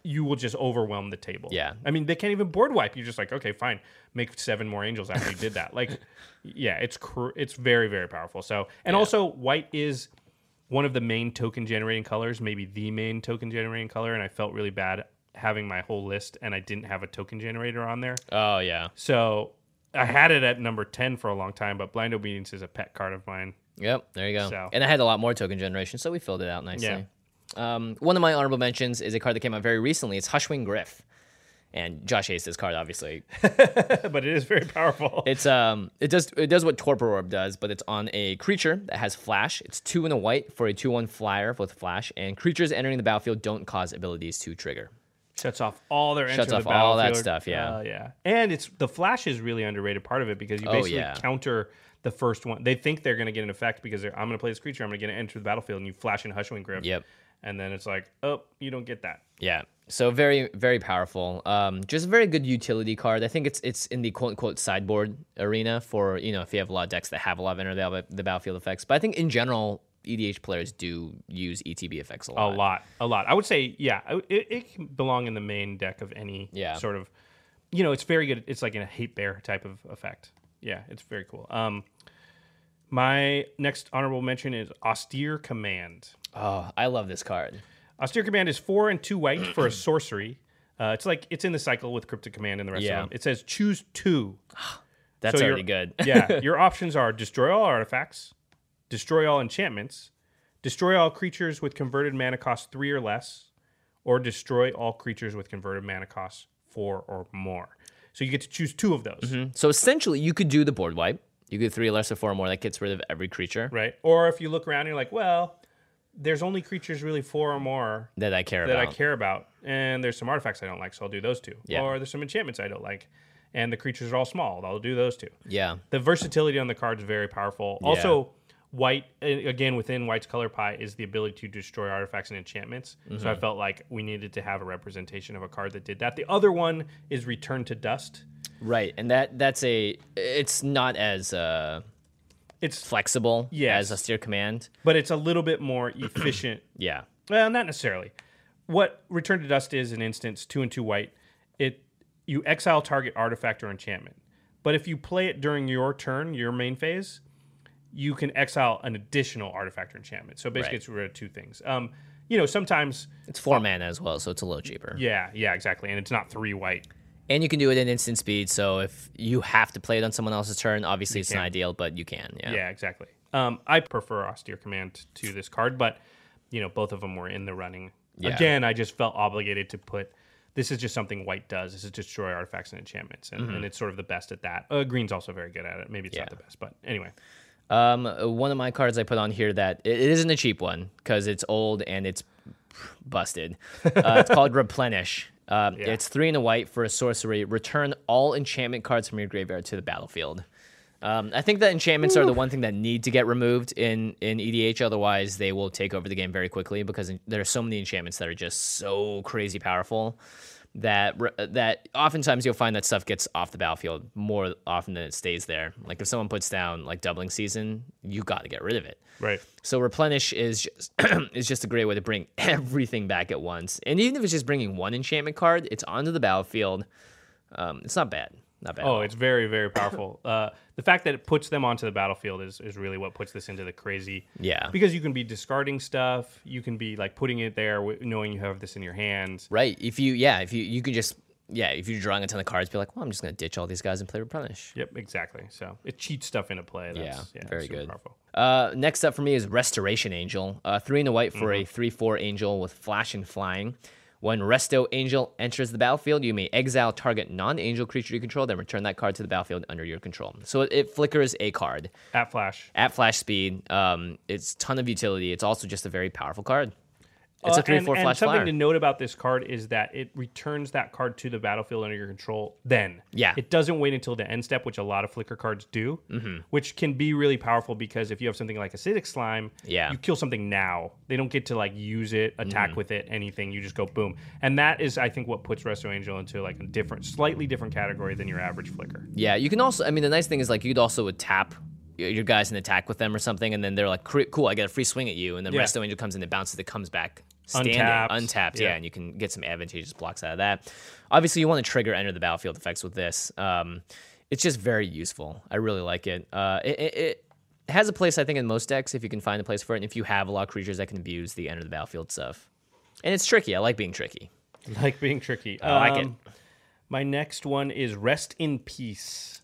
[SPEAKER 2] you will just overwhelm the table.
[SPEAKER 1] Yeah.
[SPEAKER 2] I mean they can't even board wipe. You're just like okay, fine, make seven more angels after you did that. Like, yeah, it's cr- it's very very powerful. So and also white is one of the main token generating colors, maybe the main token generating color, and I felt really bad having my whole list and I didn't have a token generator on there.
[SPEAKER 1] Oh yeah.
[SPEAKER 2] So I had it at number 10 for a long time, but blind obedience is a pet card of mine.
[SPEAKER 1] Yep, there you go.
[SPEAKER 2] So-
[SPEAKER 1] And I had a lot more token generation, so we filled it out nicely. Um, one of my honorable mentions is a card that came out very recently. It's Hushwing Griff, and Josh Ace this card obviously.
[SPEAKER 2] but it is very powerful.
[SPEAKER 1] It's um, it does it does what Torpor Orb does, but it's on a creature that has flash. It's two and a white for a two one flyer with flash, and creatures entering the battlefield don't cause abilities to trigger.
[SPEAKER 2] shuts off all their
[SPEAKER 1] Shuts
[SPEAKER 2] enter
[SPEAKER 1] off
[SPEAKER 2] the
[SPEAKER 1] all that
[SPEAKER 2] battlefield.
[SPEAKER 1] stuff, yeah.
[SPEAKER 2] Uh, yeah. And it's the flash is really underrated part of it because you
[SPEAKER 1] Oh,
[SPEAKER 2] basically
[SPEAKER 1] yeah.
[SPEAKER 2] counter the first one. They think they're going to get an effect because they're, I'm going to play this creature, I'm going to get an enter the battlefield, and you flash in Hushwing Grip.
[SPEAKER 1] Yep.
[SPEAKER 2] And then it's like, oh, you don't get that.
[SPEAKER 1] Yeah. So very, very powerful. Um, just a very good utility card. I think it's it's in the quote unquote sideboard arena for you know if you have a lot of decks that have a lot of enter the, the battlefield effects. But I think in general, EDH players do use ETB effects a
[SPEAKER 2] A
[SPEAKER 1] lot.
[SPEAKER 2] lot, a lot. I would say, yeah, I- it, it can belong in the main deck of any
[SPEAKER 1] Yeah.
[SPEAKER 2] sort of, you know, it's very good. It's like a hate bear type of effect. Yeah, it's very cool. Um, my next honorable mention is austere command.
[SPEAKER 1] Oh, I love this card.
[SPEAKER 2] Austere Uh, Command is four and two white for a sorcery. Uh, it's like it's in the cycle with Cryptic Command and the rest
[SPEAKER 1] Yeah.
[SPEAKER 2] of them. It says choose two.
[SPEAKER 1] That's
[SPEAKER 2] So you're-
[SPEAKER 1] already good.
[SPEAKER 2] yeah, your options are destroy all artifacts, destroy all enchantments, destroy all creatures with converted mana cost three or less, or destroy all creatures with converted mana cost four or more. So you get to choose two of those,
[SPEAKER 1] so essentially, you could do the board wipe. You could three less or four or more that gets rid of every creature
[SPEAKER 2] right? Or if you look around, you're like, well, there's only creatures really four or more
[SPEAKER 1] that I care
[SPEAKER 2] that
[SPEAKER 1] about.
[SPEAKER 2] I care about, and there's some artifacts I don't like, so I'll do those two.
[SPEAKER 1] Yeah.
[SPEAKER 2] Or there's some enchantments I don't like, and the creatures are all small. I'll do those two.
[SPEAKER 1] Yeah.
[SPEAKER 2] The versatility on the card is very powerful. Also, white a- again within white's color pie is the ability to destroy artifacts and enchantments. So I
[SPEAKER 1] Mm-hmm.
[SPEAKER 2] felt like we needed to have a representation of a card that did that. The other one is Return to Dust.
[SPEAKER 1] Right. And that that's a it's not as uh,
[SPEAKER 2] It's
[SPEAKER 1] flexible
[SPEAKER 2] Yes.
[SPEAKER 1] as austere command.
[SPEAKER 2] but it's a little bit more efficient
[SPEAKER 1] Yeah.
[SPEAKER 2] Well, not necessarily. What Return to Dust is, in instance, two and two white. It you exile target artifact or enchantment. But if you play it during your turn, your main phase, you can exile an additional artifact or enchantment. So basically,
[SPEAKER 1] Right.
[SPEAKER 2] it's rid of two things. Um, you know, sometimes,
[SPEAKER 1] It's four mana as well, so it's a little cheaper.
[SPEAKER 2] yeah, yeah, exactly, and it's not three white.
[SPEAKER 1] And you can do it in instant speed. So if you have to play it on someone else's turn, obviously it's not ideal, but you can. Yeah.
[SPEAKER 2] Yeah, exactly. Um, I prefer Austere Command to this card, but you know, both of them were in the running.
[SPEAKER 1] Yeah.
[SPEAKER 2] Again, I just felt obligated to put. This is just something white does. This is destroy artifacts and enchantments, and, and it's sort of the best at that. Uh, green's also very good at it. Maybe it's not
[SPEAKER 1] Mm-hmm. Yeah.
[SPEAKER 2] the best, but anyway,
[SPEAKER 1] Um, one of my cards I put on here that it it isn't a cheap one because it's old and it's busted. Uh, it's called Replenish. Um, It's three and a white for a sorcery. Return all enchantment cards from your graveyard to the battlefield. Um, I think that enchantments are the one thing that need to get removed in in EDH. Otherwise, they will take over the game very quickly because en- there are so many enchantments that are just so crazy powerful that re- uh, that oftentimes you'll find that stuff gets off the battlefield more often than it stays there. Like if someone puts down like doubling season, you got to get rid of it.
[SPEAKER 2] Right.
[SPEAKER 1] So replenish is just is just a great way to bring everything back at once. And even if it's just bringing one enchantment card, it's onto the battlefield. Um, it's not bad. Not bad.
[SPEAKER 2] Oh, it's very, very powerful. uh, the fact that it puts them onto the battlefield is, is really what puts this into the crazy.
[SPEAKER 1] Yeah.
[SPEAKER 2] Because you can be discarding stuff. You can be like putting it there, w- knowing you have this in your hands.
[SPEAKER 1] Right. If you yeah, if you you can just yeah, if you're drawing a ton of cards, be like, well, I'm just gonna ditch all these guys and play replenish.
[SPEAKER 2] Yep, exactly. So it cheats stuff into play. That's,
[SPEAKER 1] yeah, very
[SPEAKER 2] super
[SPEAKER 1] good.
[SPEAKER 2] Powerful.
[SPEAKER 1] Uh, next up for me is Restoration Angel. Uh, three and a white for a
[SPEAKER 2] Mm-hmm.
[SPEAKER 1] three-four angel with flash and flying. When Resto Angel enters the battlefield, you may exile target non-angel creature you control, then return that card to the battlefield under your control. So it, it flickers a card
[SPEAKER 2] At Flash.
[SPEAKER 1] at flash speed. Um, it's ton of utility. It's also just a very powerful card. It's
[SPEAKER 2] Uh,
[SPEAKER 1] a three-four
[SPEAKER 2] and, and
[SPEAKER 1] flash
[SPEAKER 2] something
[SPEAKER 1] flyer.
[SPEAKER 2] to note about this card is that it returns that card to the battlefield under your control then
[SPEAKER 1] Yeah.
[SPEAKER 2] it doesn't wait until the end step which a lot of flicker cards do
[SPEAKER 1] Mm-hmm.
[SPEAKER 2] which can be really powerful because if you have something like acidic slime
[SPEAKER 1] Yeah. Mm-hmm.
[SPEAKER 2] you kill something now they don't get to like use it attack with it anything you just go boom and that is i think what puts resto angel into like a different slightly different category than your average flicker
[SPEAKER 1] Yeah, you can also. I mean, the nice thing is like you could also would tap y- your guys and attack with them or something, and then they're like, "Cre- "Cool, I get a free swing at you." And then
[SPEAKER 2] Yeah.
[SPEAKER 1] Resto Angel comes in and bounces. It comes back standing,
[SPEAKER 2] Untapped.
[SPEAKER 1] untapped, yeah.
[SPEAKER 2] Yeah.
[SPEAKER 1] and you can get some advantageous blocks out of that. Obviously, you want to trigger enter the battlefield effects with this. Um, it's just very useful. I really like it. Uh, it, it, it has a place, I think, in most decks if you can find a place for it, and if you have a lot of creatures that can abuse the enter the battlefield stuff. And it's tricky. I like being tricky.
[SPEAKER 2] like being tricky
[SPEAKER 1] I like it.
[SPEAKER 2] my next one is rest in peace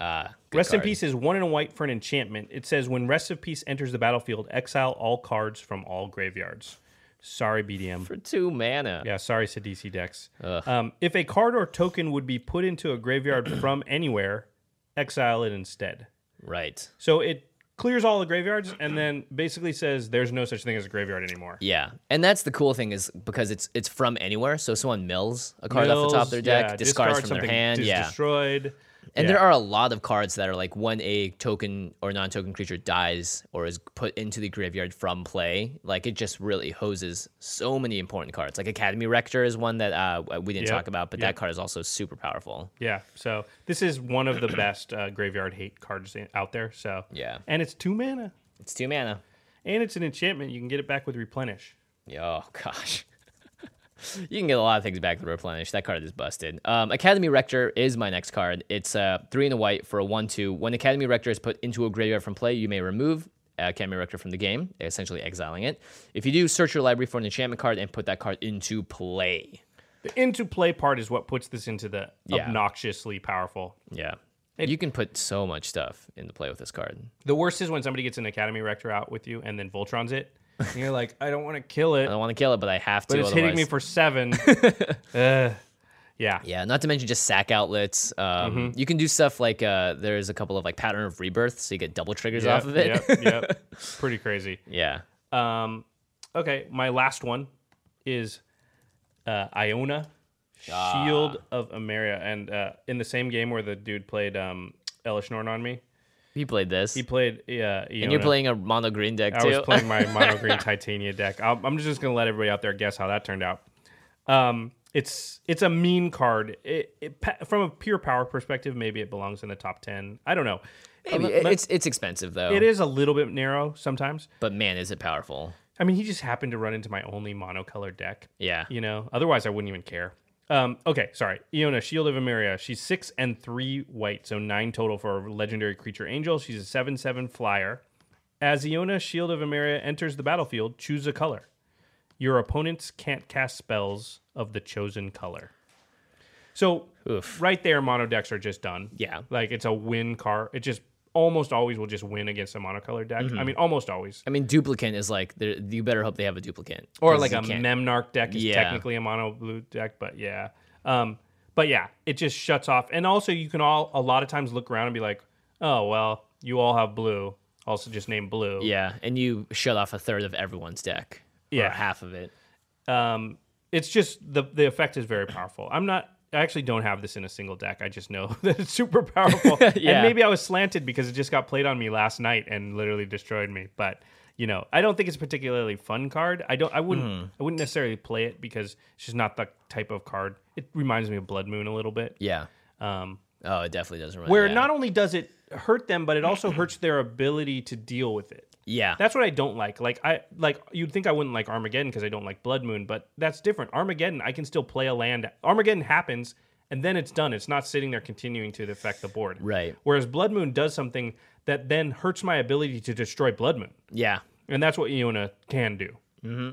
[SPEAKER 1] Uh, good
[SPEAKER 2] Rest in
[SPEAKER 1] card.
[SPEAKER 2] Peace is one in a white for an enchantment. It says when Rest in Peace enters the battlefield, exile all cards from all graveyards. Sorry, BDM.
[SPEAKER 1] for two mana.
[SPEAKER 2] yeah, sorry, Sadisi decks. Um, if a card or token would be put into a graveyard from anywhere, exile it instead.
[SPEAKER 1] Right.
[SPEAKER 2] So it clears all the graveyards and then basically says there's no such thing as a graveyard anymore.
[SPEAKER 1] Yeah, and that's the cool thing is because it's it's from anywhere. So someone mills a card off the top of their
[SPEAKER 2] Mills,
[SPEAKER 1] deck,
[SPEAKER 2] yeah,
[SPEAKER 1] discards
[SPEAKER 2] discard
[SPEAKER 1] from their
[SPEAKER 2] something
[SPEAKER 1] hand.
[SPEAKER 2] is
[SPEAKER 1] Yeah,
[SPEAKER 2] destroyed.
[SPEAKER 1] and
[SPEAKER 2] yeah.
[SPEAKER 1] there are a lot of cards that are like when a token or non-token creature dies or is put into the graveyard from play, like it just really hoses so many important cards. Like Academy Rector is one that uh, we didn't
[SPEAKER 2] Yep,
[SPEAKER 1] talk about, but
[SPEAKER 2] yep.
[SPEAKER 1] that card is also super powerful.
[SPEAKER 2] Yeah, so this is one of the best uh, graveyard hate cards in, out there. So
[SPEAKER 1] Yeah.
[SPEAKER 2] and it's two mana.
[SPEAKER 1] It's two mana.
[SPEAKER 2] And it's an enchantment. You can get it back with replenish.
[SPEAKER 1] Oh gosh. you can get a lot of things back to replenish. That card is busted. Um, Academy Rector is my next card. It's uh, three and a white for a one-two. When Academy Rector is put into a graveyard from play, you may remove uh, Academy Rector from the game, essentially exiling it. If you do, search your library for an enchantment card and put that card into play.
[SPEAKER 2] The into play part is what puts this into the
[SPEAKER 1] Yeah.
[SPEAKER 2] obnoxiously powerful.
[SPEAKER 1] Yeah. you can put so much stuff into play with this card.
[SPEAKER 2] The worst is when somebody gets an Academy Rector out with you and then Voltron's it. And you're like, I don't want to kill it,
[SPEAKER 1] I don't want to kill it, but I have to.
[SPEAKER 2] but it's hitting me
[SPEAKER 1] otherwise-
[SPEAKER 2] for seven. Ugh. yeah.
[SPEAKER 1] Yeah, not to mention just sack outlets. Um,
[SPEAKER 2] Mm-hmm.
[SPEAKER 1] You can do stuff like uh, there's a couple of like pattern of rebirth, so you get double triggers off of it.
[SPEAKER 2] Yep, yep. Pretty crazy.
[SPEAKER 1] yeah.
[SPEAKER 2] Um, okay, my last one is uh, Iona,
[SPEAKER 1] Ah.
[SPEAKER 2] Shield of Ameria. And uh, in the same game where the dude played um, Elish Norn on me,
[SPEAKER 1] He played this.
[SPEAKER 2] he played uh, Iona.
[SPEAKER 1] and you're playing a mono green deck
[SPEAKER 2] I
[SPEAKER 1] too.
[SPEAKER 2] was playing my mono green titania deck. I'll, I'm just gonna let everybody out there guess how that turned out. Um, it's it's a mean card. It, it pa- from a pure power perspective, maybe it belongs in the top ten. I don't know.
[SPEAKER 1] Maybe.
[SPEAKER 2] Um,
[SPEAKER 1] It-
[SPEAKER 2] but
[SPEAKER 1] it's it's expensive though.
[SPEAKER 2] it is a little bit narrow sometimes.
[SPEAKER 1] But man, is it powerful.
[SPEAKER 2] I mean, he just happened to run into my only monocolor deck.
[SPEAKER 1] Yeah.
[SPEAKER 2] You know, otherwise I wouldn't even care. Um, okay, sorry. Iona, Shield of Emeria. She's six and three white, so nine total for a legendary creature angel. She's a seven seven flyer. As Iona, Shield of Emeria enters the battlefield, choose a color. Your opponents can't cast spells of the chosen color. So
[SPEAKER 1] Oof.
[SPEAKER 2] right there, mono decks are just done.
[SPEAKER 1] Yeah.
[SPEAKER 2] Like it's a win card. It just almost always will just win against a monocolor deck.
[SPEAKER 1] Mm-hmm.
[SPEAKER 2] I mean almost always
[SPEAKER 1] I mean, duplicate is like they're- you better hope they have a duplicate
[SPEAKER 2] or
[SPEAKER 1] 'cause
[SPEAKER 2] like
[SPEAKER 1] you
[SPEAKER 2] a
[SPEAKER 1] can't-
[SPEAKER 2] Memnarch deck is
[SPEAKER 1] Yeah.
[SPEAKER 2] technically a mono blue deck, but yeah. Um, but yeah, it just shuts off. And also, you can all a lot of times look around and be like, oh well, you all have blue. Also, just name blue.
[SPEAKER 1] Yeah, and you shut off a third of everyone's deck.
[SPEAKER 2] Yeah.
[SPEAKER 1] or half of it.
[SPEAKER 2] Um, it's just the the effect is very powerful. I'm not I actually don't have this in a single deck. I just know that it's super powerful.
[SPEAKER 1] Yeah.
[SPEAKER 2] And maybe I was slanted because it just got played on me last night and literally destroyed me. But you know, I don't think it's a particularly fun card. I don't. I wouldn't.
[SPEAKER 1] Hmm.
[SPEAKER 2] I wouldn't necessarily play it because it's just not the type of card. It reminds me of Blood Moon a little bit.
[SPEAKER 1] Yeah.
[SPEAKER 2] Um,
[SPEAKER 1] Oh, it definitely does remind.
[SPEAKER 2] where
[SPEAKER 1] yeah.
[SPEAKER 2] not only does it hurt them, but it also hurts their ability to deal with it.
[SPEAKER 1] Yeah.
[SPEAKER 2] That's what I don't like. Like I like you'd think I wouldn't like Armageddon because I don't like Blood Moon, but that's different. Armageddon, I can still play a land. Armageddon happens and then it's done. It's not sitting there continuing to affect the board.
[SPEAKER 1] Right.
[SPEAKER 2] Whereas Blood Moon does something that then hurts my ability to destroy Blood Moon.
[SPEAKER 1] yeah.
[SPEAKER 2] And that's what Iona can do.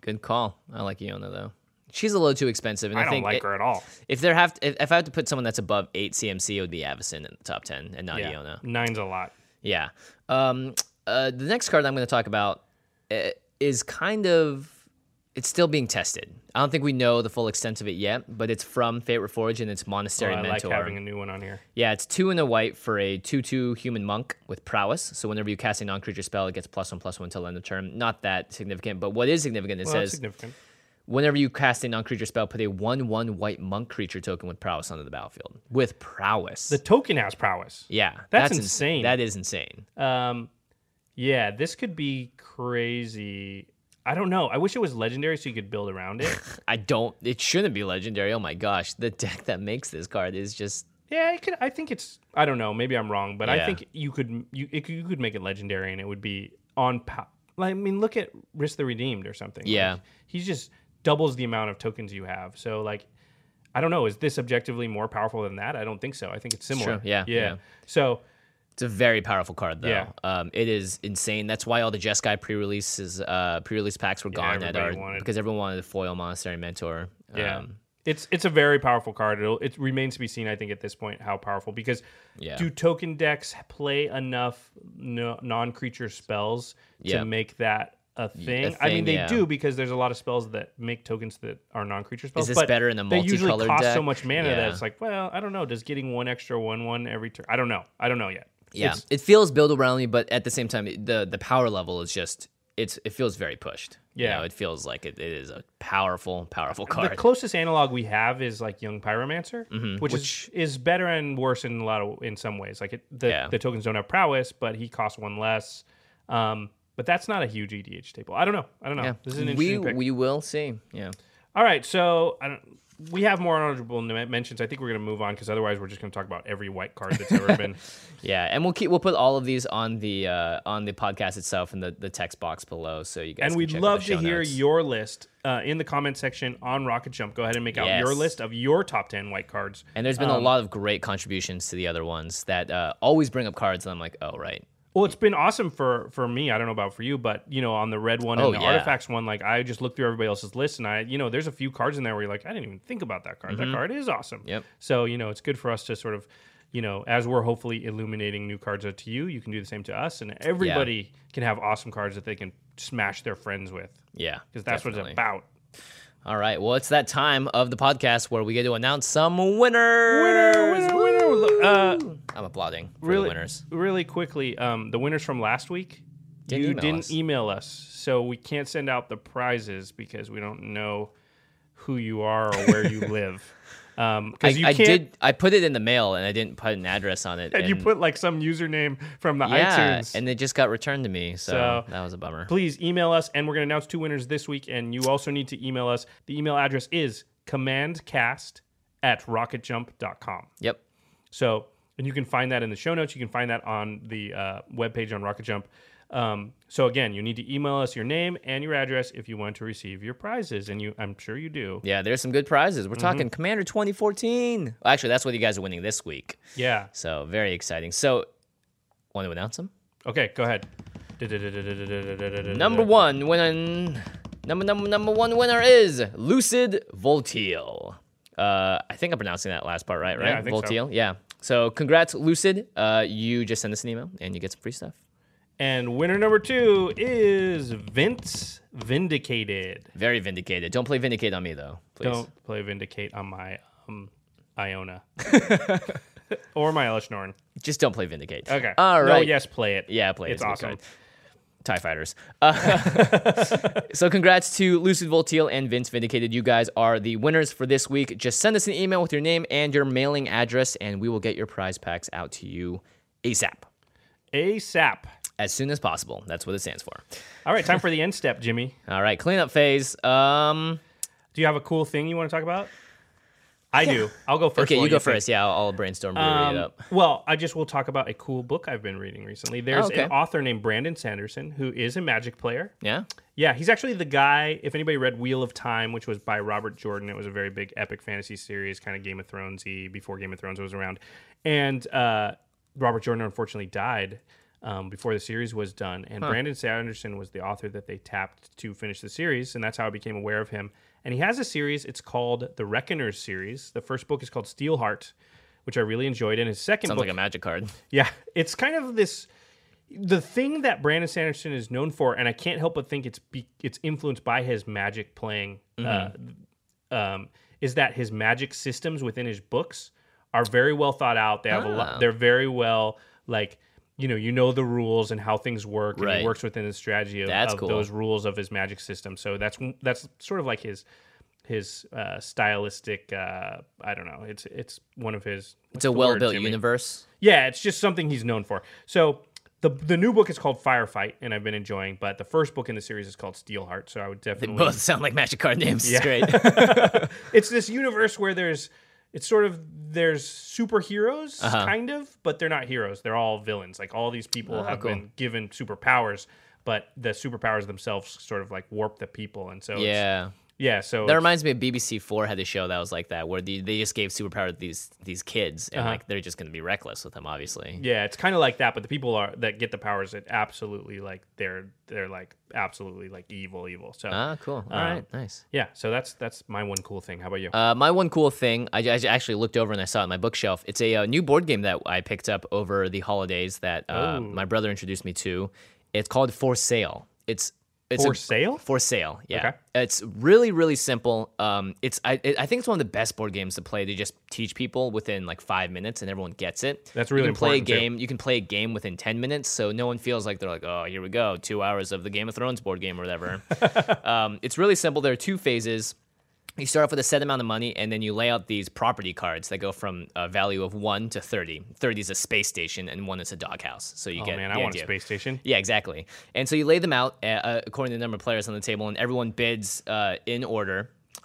[SPEAKER 1] Good call. I like Iona though. She's a little too expensive, and
[SPEAKER 2] I,
[SPEAKER 1] I,
[SPEAKER 2] don't
[SPEAKER 1] think
[SPEAKER 2] like
[SPEAKER 1] it-
[SPEAKER 2] her at all.
[SPEAKER 1] if there have if, if I had to put someone that's above eight CMC, it would be Avison in the top ten, and not
[SPEAKER 2] Yeah.
[SPEAKER 1] Iona.
[SPEAKER 2] Nine's a lot.
[SPEAKER 1] Yeah. Um, uh, the next card I'm going to talk about uh, is kind of it's still being tested. I don't think we know the full extent of it yet, but it's from Fate Reforged and it's Monastery
[SPEAKER 2] Well, Oh, I like
[SPEAKER 1] Mentor.
[SPEAKER 2] having a new one on here.
[SPEAKER 1] Yeah, it's two in a white for a two-two human monk with prowess. So whenever you cast a non-creature spell, it gets plus one plus one till end of turn. Not that significant, but what is significant? It
[SPEAKER 2] Well, that's
[SPEAKER 1] says
[SPEAKER 2] significant.
[SPEAKER 1] whenever you cast a non-creature spell, put a one-one white monk creature token with prowess onto the battlefield. With prowess,
[SPEAKER 2] The token has prowess.
[SPEAKER 1] yeah,
[SPEAKER 2] That's
[SPEAKER 1] ins-
[SPEAKER 2] insane.
[SPEAKER 1] That is insane.
[SPEAKER 2] Um, yeah, this could be crazy. I don't know. I wish it was legendary so you could build around it.
[SPEAKER 1] I don't. It shouldn't be legendary. Oh my gosh, the deck that makes this card is just
[SPEAKER 2] yeah, it could. I think it's. I don't know. Maybe I'm wrong, but
[SPEAKER 1] Yeah.
[SPEAKER 2] I think you could. You it, could- you could make it legendary and it would be on. Po- like, I mean, look at Risk the Redeemed or something.
[SPEAKER 1] Yeah.
[SPEAKER 2] like, he's just doubles the amount of tokens you have. So like. I don't know. Is this objectively more powerful than that? I don't think so. I think it's similar.
[SPEAKER 1] true. Yeah,
[SPEAKER 2] yeah.
[SPEAKER 1] yeah.
[SPEAKER 2] So
[SPEAKER 1] It's a very powerful card, though.
[SPEAKER 2] Yeah.
[SPEAKER 1] Um, it is insane. That's why all the Jeskai pre-releases, uh, pre-release packs were gone. That
[SPEAKER 2] everybody
[SPEAKER 1] are
[SPEAKER 2] wanted-
[SPEAKER 1] because everyone wanted the foil monastery mentor. Um,
[SPEAKER 2] Yeah. Um, it's it's a very powerful card. It'll, it remains to be seen, I think, at this point, how powerful. Because
[SPEAKER 1] Yeah.
[SPEAKER 2] do token decks play enough no, non creature spells
[SPEAKER 1] Yeah.
[SPEAKER 2] to make that a thing? I
[SPEAKER 1] thing,
[SPEAKER 2] mean, they
[SPEAKER 1] yeah.
[SPEAKER 2] do because there's a lot of spells that make tokens that are non creature spells.
[SPEAKER 1] this
[SPEAKER 2] but
[SPEAKER 1] better in the
[SPEAKER 2] They usually
[SPEAKER 1] multicolored
[SPEAKER 2] cost so
[SPEAKER 1] deck?
[SPEAKER 2] much mana
[SPEAKER 1] Yeah.
[SPEAKER 2] that it's like, well, I don't know. Does getting one extra one one every turn? I don't know. I don't know yet.
[SPEAKER 1] yeah.
[SPEAKER 2] It's-
[SPEAKER 1] It feels build around me, but at the same time, it- the the power level is just it's it feels very pushed. You
[SPEAKER 2] Yeah.
[SPEAKER 1] know, it feels like it, it is a powerful, powerful
[SPEAKER 2] The
[SPEAKER 1] card.
[SPEAKER 2] closest analog we have is like Young Pyromancer,
[SPEAKER 1] Mm-hmm.
[SPEAKER 2] which, is, is better and worse in a lot of in some ways. Like it, the
[SPEAKER 1] Yeah.
[SPEAKER 2] the tokens don't have prowess, but he costs one less. Um, but that's not a huge E EDH staple. I don't know. I don't know.
[SPEAKER 1] yeah.
[SPEAKER 2] This is an
[SPEAKER 1] we
[SPEAKER 2] interesting pick.
[SPEAKER 1] we will see. Yeah.
[SPEAKER 2] All right, so I don't. We have more honorable men- mentions. I think we're going to move on because otherwise we're just going to talk about every white card that's ever been.
[SPEAKER 1] Yeah, and we'll keep we'll put all of these on the uh, on the podcast itself in the, the text box below, so you guys.
[SPEAKER 2] and
[SPEAKER 1] can
[SPEAKER 2] we'd
[SPEAKER 1] check out
[SPEAKER 2] love
[SPEAKER 1] the
[SPEAKER 2] to
[SPEAKER 1] show
[SPEAKER 2] hear
[SPEAKER 1] notes.
[SPEAKER 2] your list uh, in the comment section on Rocket Jump. Go ahead and make out your
[SPEAKER 1] Yes.
[SPEAKER 2] list of your top ten white cards.
[SPEAKER 1] And there's been
[SPEAKER 2] um,
[SPEAKER 1] a lot of great contributions to the other ones that uh, always bring up cards, and I'm like, oh right,
[SPEAKER 2] Well, it's been awesome for for me. I don't know about for you, but you know, on the red one
[SPEAKER 1] Oh,
[SPEAKER 2] and the
[SPEAKER 1] yeah.
[SPEAKER 2] artifacts one, like I just looked through everybody else's list, and I, you know, there's a few cards in there where you're like, I didn't even think about that card. That card is awesome.
[SPEAKER 1] Mm-hmm. Yep.
[SPEAKER 2] So you know, it's good for us to sort of, you know, as we're hopefully illuminating new cards to you, you can do the same to us, and everybody can have awesome cards that they can smash their friends with
[SPEAKER 1] yeah,
[SPEAKER 2] because that's what
[SPEAKER 1] definitely.
[SPEAKER 2] it's about.
[SPEAKER 1] All right, well, it's that time of the podcast where we get to announce some winners.
[SPEAKER 2] Winner, winner. Uh,
[SPEAKER 1] I'm applauding for the winners.
[SPEAKER 2] Really quickly, um, the winners from last week.
[SPEAKER 1] Didn't
[SPEAKER 2] you
[SPEAKER 1] email
[SPEAKER 2] didn't
[SPEAKER 1] us.
[SPEAKER 2] email us, so we can't send out the prizes because we don't know who you are or where you live. Um,
[SPEAKER 1] I,
[SPEAKER 2] because you
[SPEAKER 1] I
[SPEAKER 2] can't,
[SPEAKER 1] did. I put it in the mail, and I didn't put an address on it.
[SPEAKER 2] and you put like some username from the
[SPEAKER 1] yeah,
[SPEAKER 2] iTunes.
[SPEAKER 1] and it just got returned to me, so,
[SPEAKER 2] So,
[SPEAKER 1] that was a bummer.
[SPEAKER 2] please email us, and we're gonna announce two winners this week. And you also need to email us. The email address is commandcast at rocketjump.com.
[SPEAKER 1] Yep.
[SPEAKER 2] So, and you can find that in the show notes. You can find that on the uh, webpage on Rocket Jump. Um, so again, you need to email us your name and your address if you want to receive your prizes, and you, I'm sure you do.
[SPEAKER 1] Yeah, there's some good prizes. We're talking
[SPEAKER 2] Mm-hmm.
[SPEAKER 1] Commander 2014. Actually, that's what you guys are winning this week.
[SPEAKER 2] Yeah.
[SPEAKER 1] So very exciting. So, want to announce them?
[SPEAKER 2] Okay, go ahead.
[SPEAKER 1] Number one winner, number number number one winner is Lucid Volteal. Uh, I think I'm pronouncing that last part right, right?
[SPEAKER 2] Yeah, I think so.
[SPEAKER 1] Volteal. Yeah. So congrats, Lucid. Uh, you just send us an email and you get some free stuff.
[SPEAKER 2] And winner number two is Vince Vindicated.
[SPEAKER 1] Very vindicated. Don't play vindicate on me though, please.
[SPEAKER 2] Don't play Vindicate on my um, Iona or my Elishnorn.
[SPEAKER 1] Just don't play vindicate.
[SPEAKER 2] Okay.
[SPEAKER 1] All right.
[SPEAKER 2] No, yes, play it.
[SPEAKER 1] Yeah, play it.
[SPEAKER 2] It's
[SPEAKER 1] a good
[SPEAKER 2] awesome.
[SPEAKER 1] card. TIE fighters. Uh, so, congrats to Lucid Volteal and Vince Vindicated. You guys are the winners for this week. Just send us an email with your name and your mailing address, and we will get your prize packs out to you ASAP.
[SPEAKER 2] ASAP.
[SPEAKER 1] As soon as possible. That's what it stands for.
[SPEAKER 2] All right, time for the end step, Jimmy.
[SPEAKER 1] All right, cleanup phase. Um,
[SPEAKER 2] Do you have a cool thing you want to talk about? I do. I'll go first.
[SPEAKER 1] okay,
[SPEAKER 2] while
[SPEAKER 1] you go
[SPEAKER 2] think.
[SPEAKER 1] first. Yeah, I'll, I'll brainstorm and read it
[SPEAKER 2] Um,
[SPEAKER 1] up.
[SPEAKER 2] well, I just will talk about a cool book I've been reading recently. There's
[SPEAKER 1] Oh, okay.
[SPEAKER 2] an author named Brandon Sanderson who is a magic player.
[SPEAKER 1] Yeah?
[SPEAKER 2] Yeah, he's actually the guy. If anybody read Wheel of Time, which was by Robert Jordan, it was a very big epic fantasy series, kind of Game of Thronesy before Game of Thrones was around. And uh, Robert Jordan unfortunately died um, before the series was done. And Brandon Sanderson was the author that they tapped to finish the series, and that's how I became aware of him. And he has a series. It's called the Reckoners series. The first book is called Steelheart, which I really enjoyed. And his second
[SPEAKER 1] Sounds
[SPEAKER 2] book,
[SPEAKER 1] like a magic card.
[SPEAKER 2] yeah, it's kind of this the thing that Brandon Sanderson is known for, and I can't help but think it's be, it's influenced by his magic playing.
[SPEAKER 1] Mm-hmm.
[SPEAKER 2] Uh, um, is that his magic systems within his books are very well thought out? They have a
[SPEAKER 1] Oh.
[SPEAKER 2] lot. They're very well like you know you know the rules and how things work, and
[SPEAKER 1] Right.
[SPEAKER 2] he works within the strategy of,
[SPEAKER 1] That's
[SPEAKER 2] of
[SPEAKER 1] cool.
[SPEAKER 2] those rules of his magic system. So that's that's sort of like his his uh, stylistic. Uh, I don't know. It's it's one of his.
[SPEAKER 1] It's a well built universe.
[SPEAKER 2] Yeah, it's just something he's known for. So the the new book is called Firefight, and I've been enjoying. But the first book in the series is called Steelheart, so I would
[SPEAKER 1] They
[SPEAKER 2] definitely
[SPEAKER 1] both sound like magic card names. It's great.
[SPEAKER 2] it's this universe where there's it's sort of there's superheroes
[SPEAKER 1] Uh-huh.
[SPEAKER 2] kind of but they're not heroes they're all villains like all these people
[SPEAKER 1] Ah,
[SPEAKER 2] have been given superpowers but the superpowers themselves sort of like warp the people and so it's-
[SPEAKER 1] yeah.
[SPEAKER 2] yeah so
[SPEAKER 1] That reminds me of BBC Four had a show that was like that, where the, they just gave superpower to these these kids, and like they're just going to be reckless with them, obviously.
[SPEAKER 2] Yeah, it's kind of like that, but the people are that get the powers that absolutely like they're they're like absolutely like evil, evil. So
[SPEAKER 1] Ah, cool. All right, nice.
[SPEAKER 2] yeah, so that's that's my one cool thing. How about you?
[SPEAKER 1] Uh, my one cool thing, I, I actually looked over and I saw it on my bookshelf. It's a uh, new board game that I picked up over the holidays that uh,
[SPEAKER 2] Oh.
[SPEAKER 1] my brother introduced me to. It's called For Sale. It's it's
[SPEAKER 2] For
[SPEAKER 1] a-
[SPEAKER 2] Sale?
[SPEAKER 1] For Sale. Yeah.
[SPEAKER 2] Okay.
[SPEAKER 1] It's really really simple. Um, it's I it, I think it's one of the best board games to play. They just teach people within like five minutes, and everyone gets it.
[SPEAKER 2] That's really
[SPEAKER 1] you can play a
[SPEAKER 2] important, too.
[SPEAKER 1] game. You can play a game within ten minutes, so no one feels like they're like, oh, here we go, two hours of the Game of Thrones board game or whatever. um, it's really simple. There are two phases you start off with a set amount of money and then you lay out these property cards that go from a value of 1 to 30 30 is a space station and 1 is a doghouse so you
[SPEAKER 2] oh
[SPEAKER 1] get
[SPEAKER 2] man,
[SPEAKER 1] the
[SPEAKER 2] I want
[SPEAKER 1] idea.
[SPEAKER 2] a space station.
[SPEAKER 1] yeah exactly and so you lay them out uh, uh, according to the number of players on the table and everyone bids uh, in order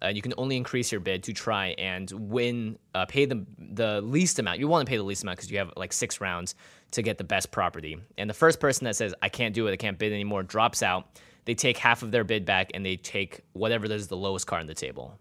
[SPEAKER 1] uh, you can only increase your bid to try and win uh, pay the, the least amount you want to pay the least amount because you have like six rounds to get the best property and the first person that says i can't do it i can't bid anymore drops out they take half of their bid back and they take whatever is the lowest card on the table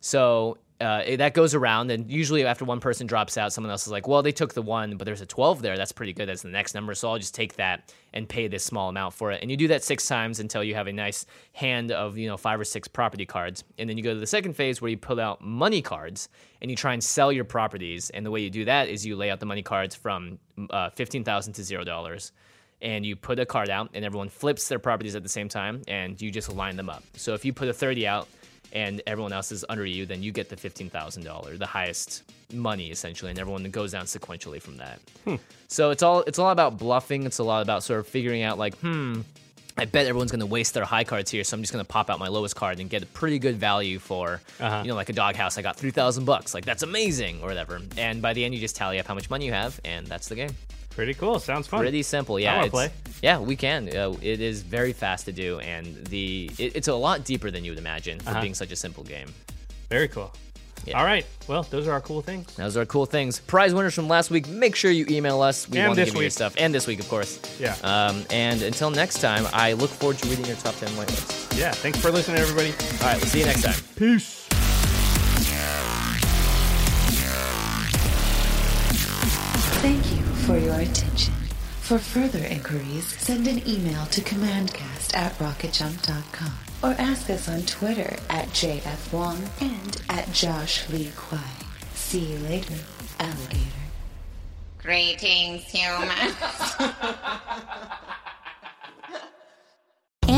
[SPEAKER 1] so uh, it- that goes around, and usually after one person drops out, someone else is like, "Well, they took the one, but there's a twelve there. That's pretty good. That's the next number. So I'll just take that and pay this small amount for it." And you do that six times until you have a nice hand of you know five or six property cards, and then you go to the second phase where you pull out money cards and you try and sell your properties. And the way you do that is you lay out the money cards from uh, fifteen thousand to zero dollars and you put a card out and everyone flips their properties at the same time and you just line them up. So if you put a 30 out and everyone else is under you, then you get the $15,000, the highest money essentially and everyone goes down sequentially from that. So it's all it's all about bluffing, it's a lot about sort of figuring out like, hmm, I bet everyone's going to waste their high cards here, so I'm just going to pop out my lowest card and get a pretty good value for, you know, like a doghouse. I got three thousand bucks, like that's amazing or whatever. And by the end, you just tally up how much money you have, and that's the game.
[SPEAKER 2] Pretty cool. Sounds fun.
[SPEAKER 1] Pretty simple, yeah.
[SPEAKER 2] wanna
[SPEAKER 1] it's- Yeah, we can. Uh, it is very fast to do, and the it, it's a lot deeper than you would imagine
[SPEAKER 2] Uh-huh.
[SPEAKER 1] for being such a simple game.
[SPEAKER 2] Very cool.
[SPEAKER 1] Yeah.
[SPEAKER 2] All right. Well, those are our cool things.
[SPEAKER 1] Those are cool things. Prize winners from last week. Make sure you email us. We
[SPEAKER 2] And
[SPEAKER 1] want to
[SPEAKER 2] this
[SPEAKER 1] give you your
[SPEAKER 2] week.
[SPEAKER 1] stuff, and this week, of course.
[SPEAKER 2] Yeah.
[SPEAKER 1] Um, and until next time, I look forward to reading your top ten whitelist.
[SPEAKER 2] Yeah. Thanks for listening, everybody.
[SPEAKER 1] All right, we'll see you next time.
[SPEAKER 2] Peace.
[SPEAKER 3] Thank you for your attention. For further inquiries, send an email to commandcast at rocketjump.com or ask us on Twitter at JF Wong and at Josh Lee Kwai. See you later, alligator.
[SPEAKER 4] Greetings, humans.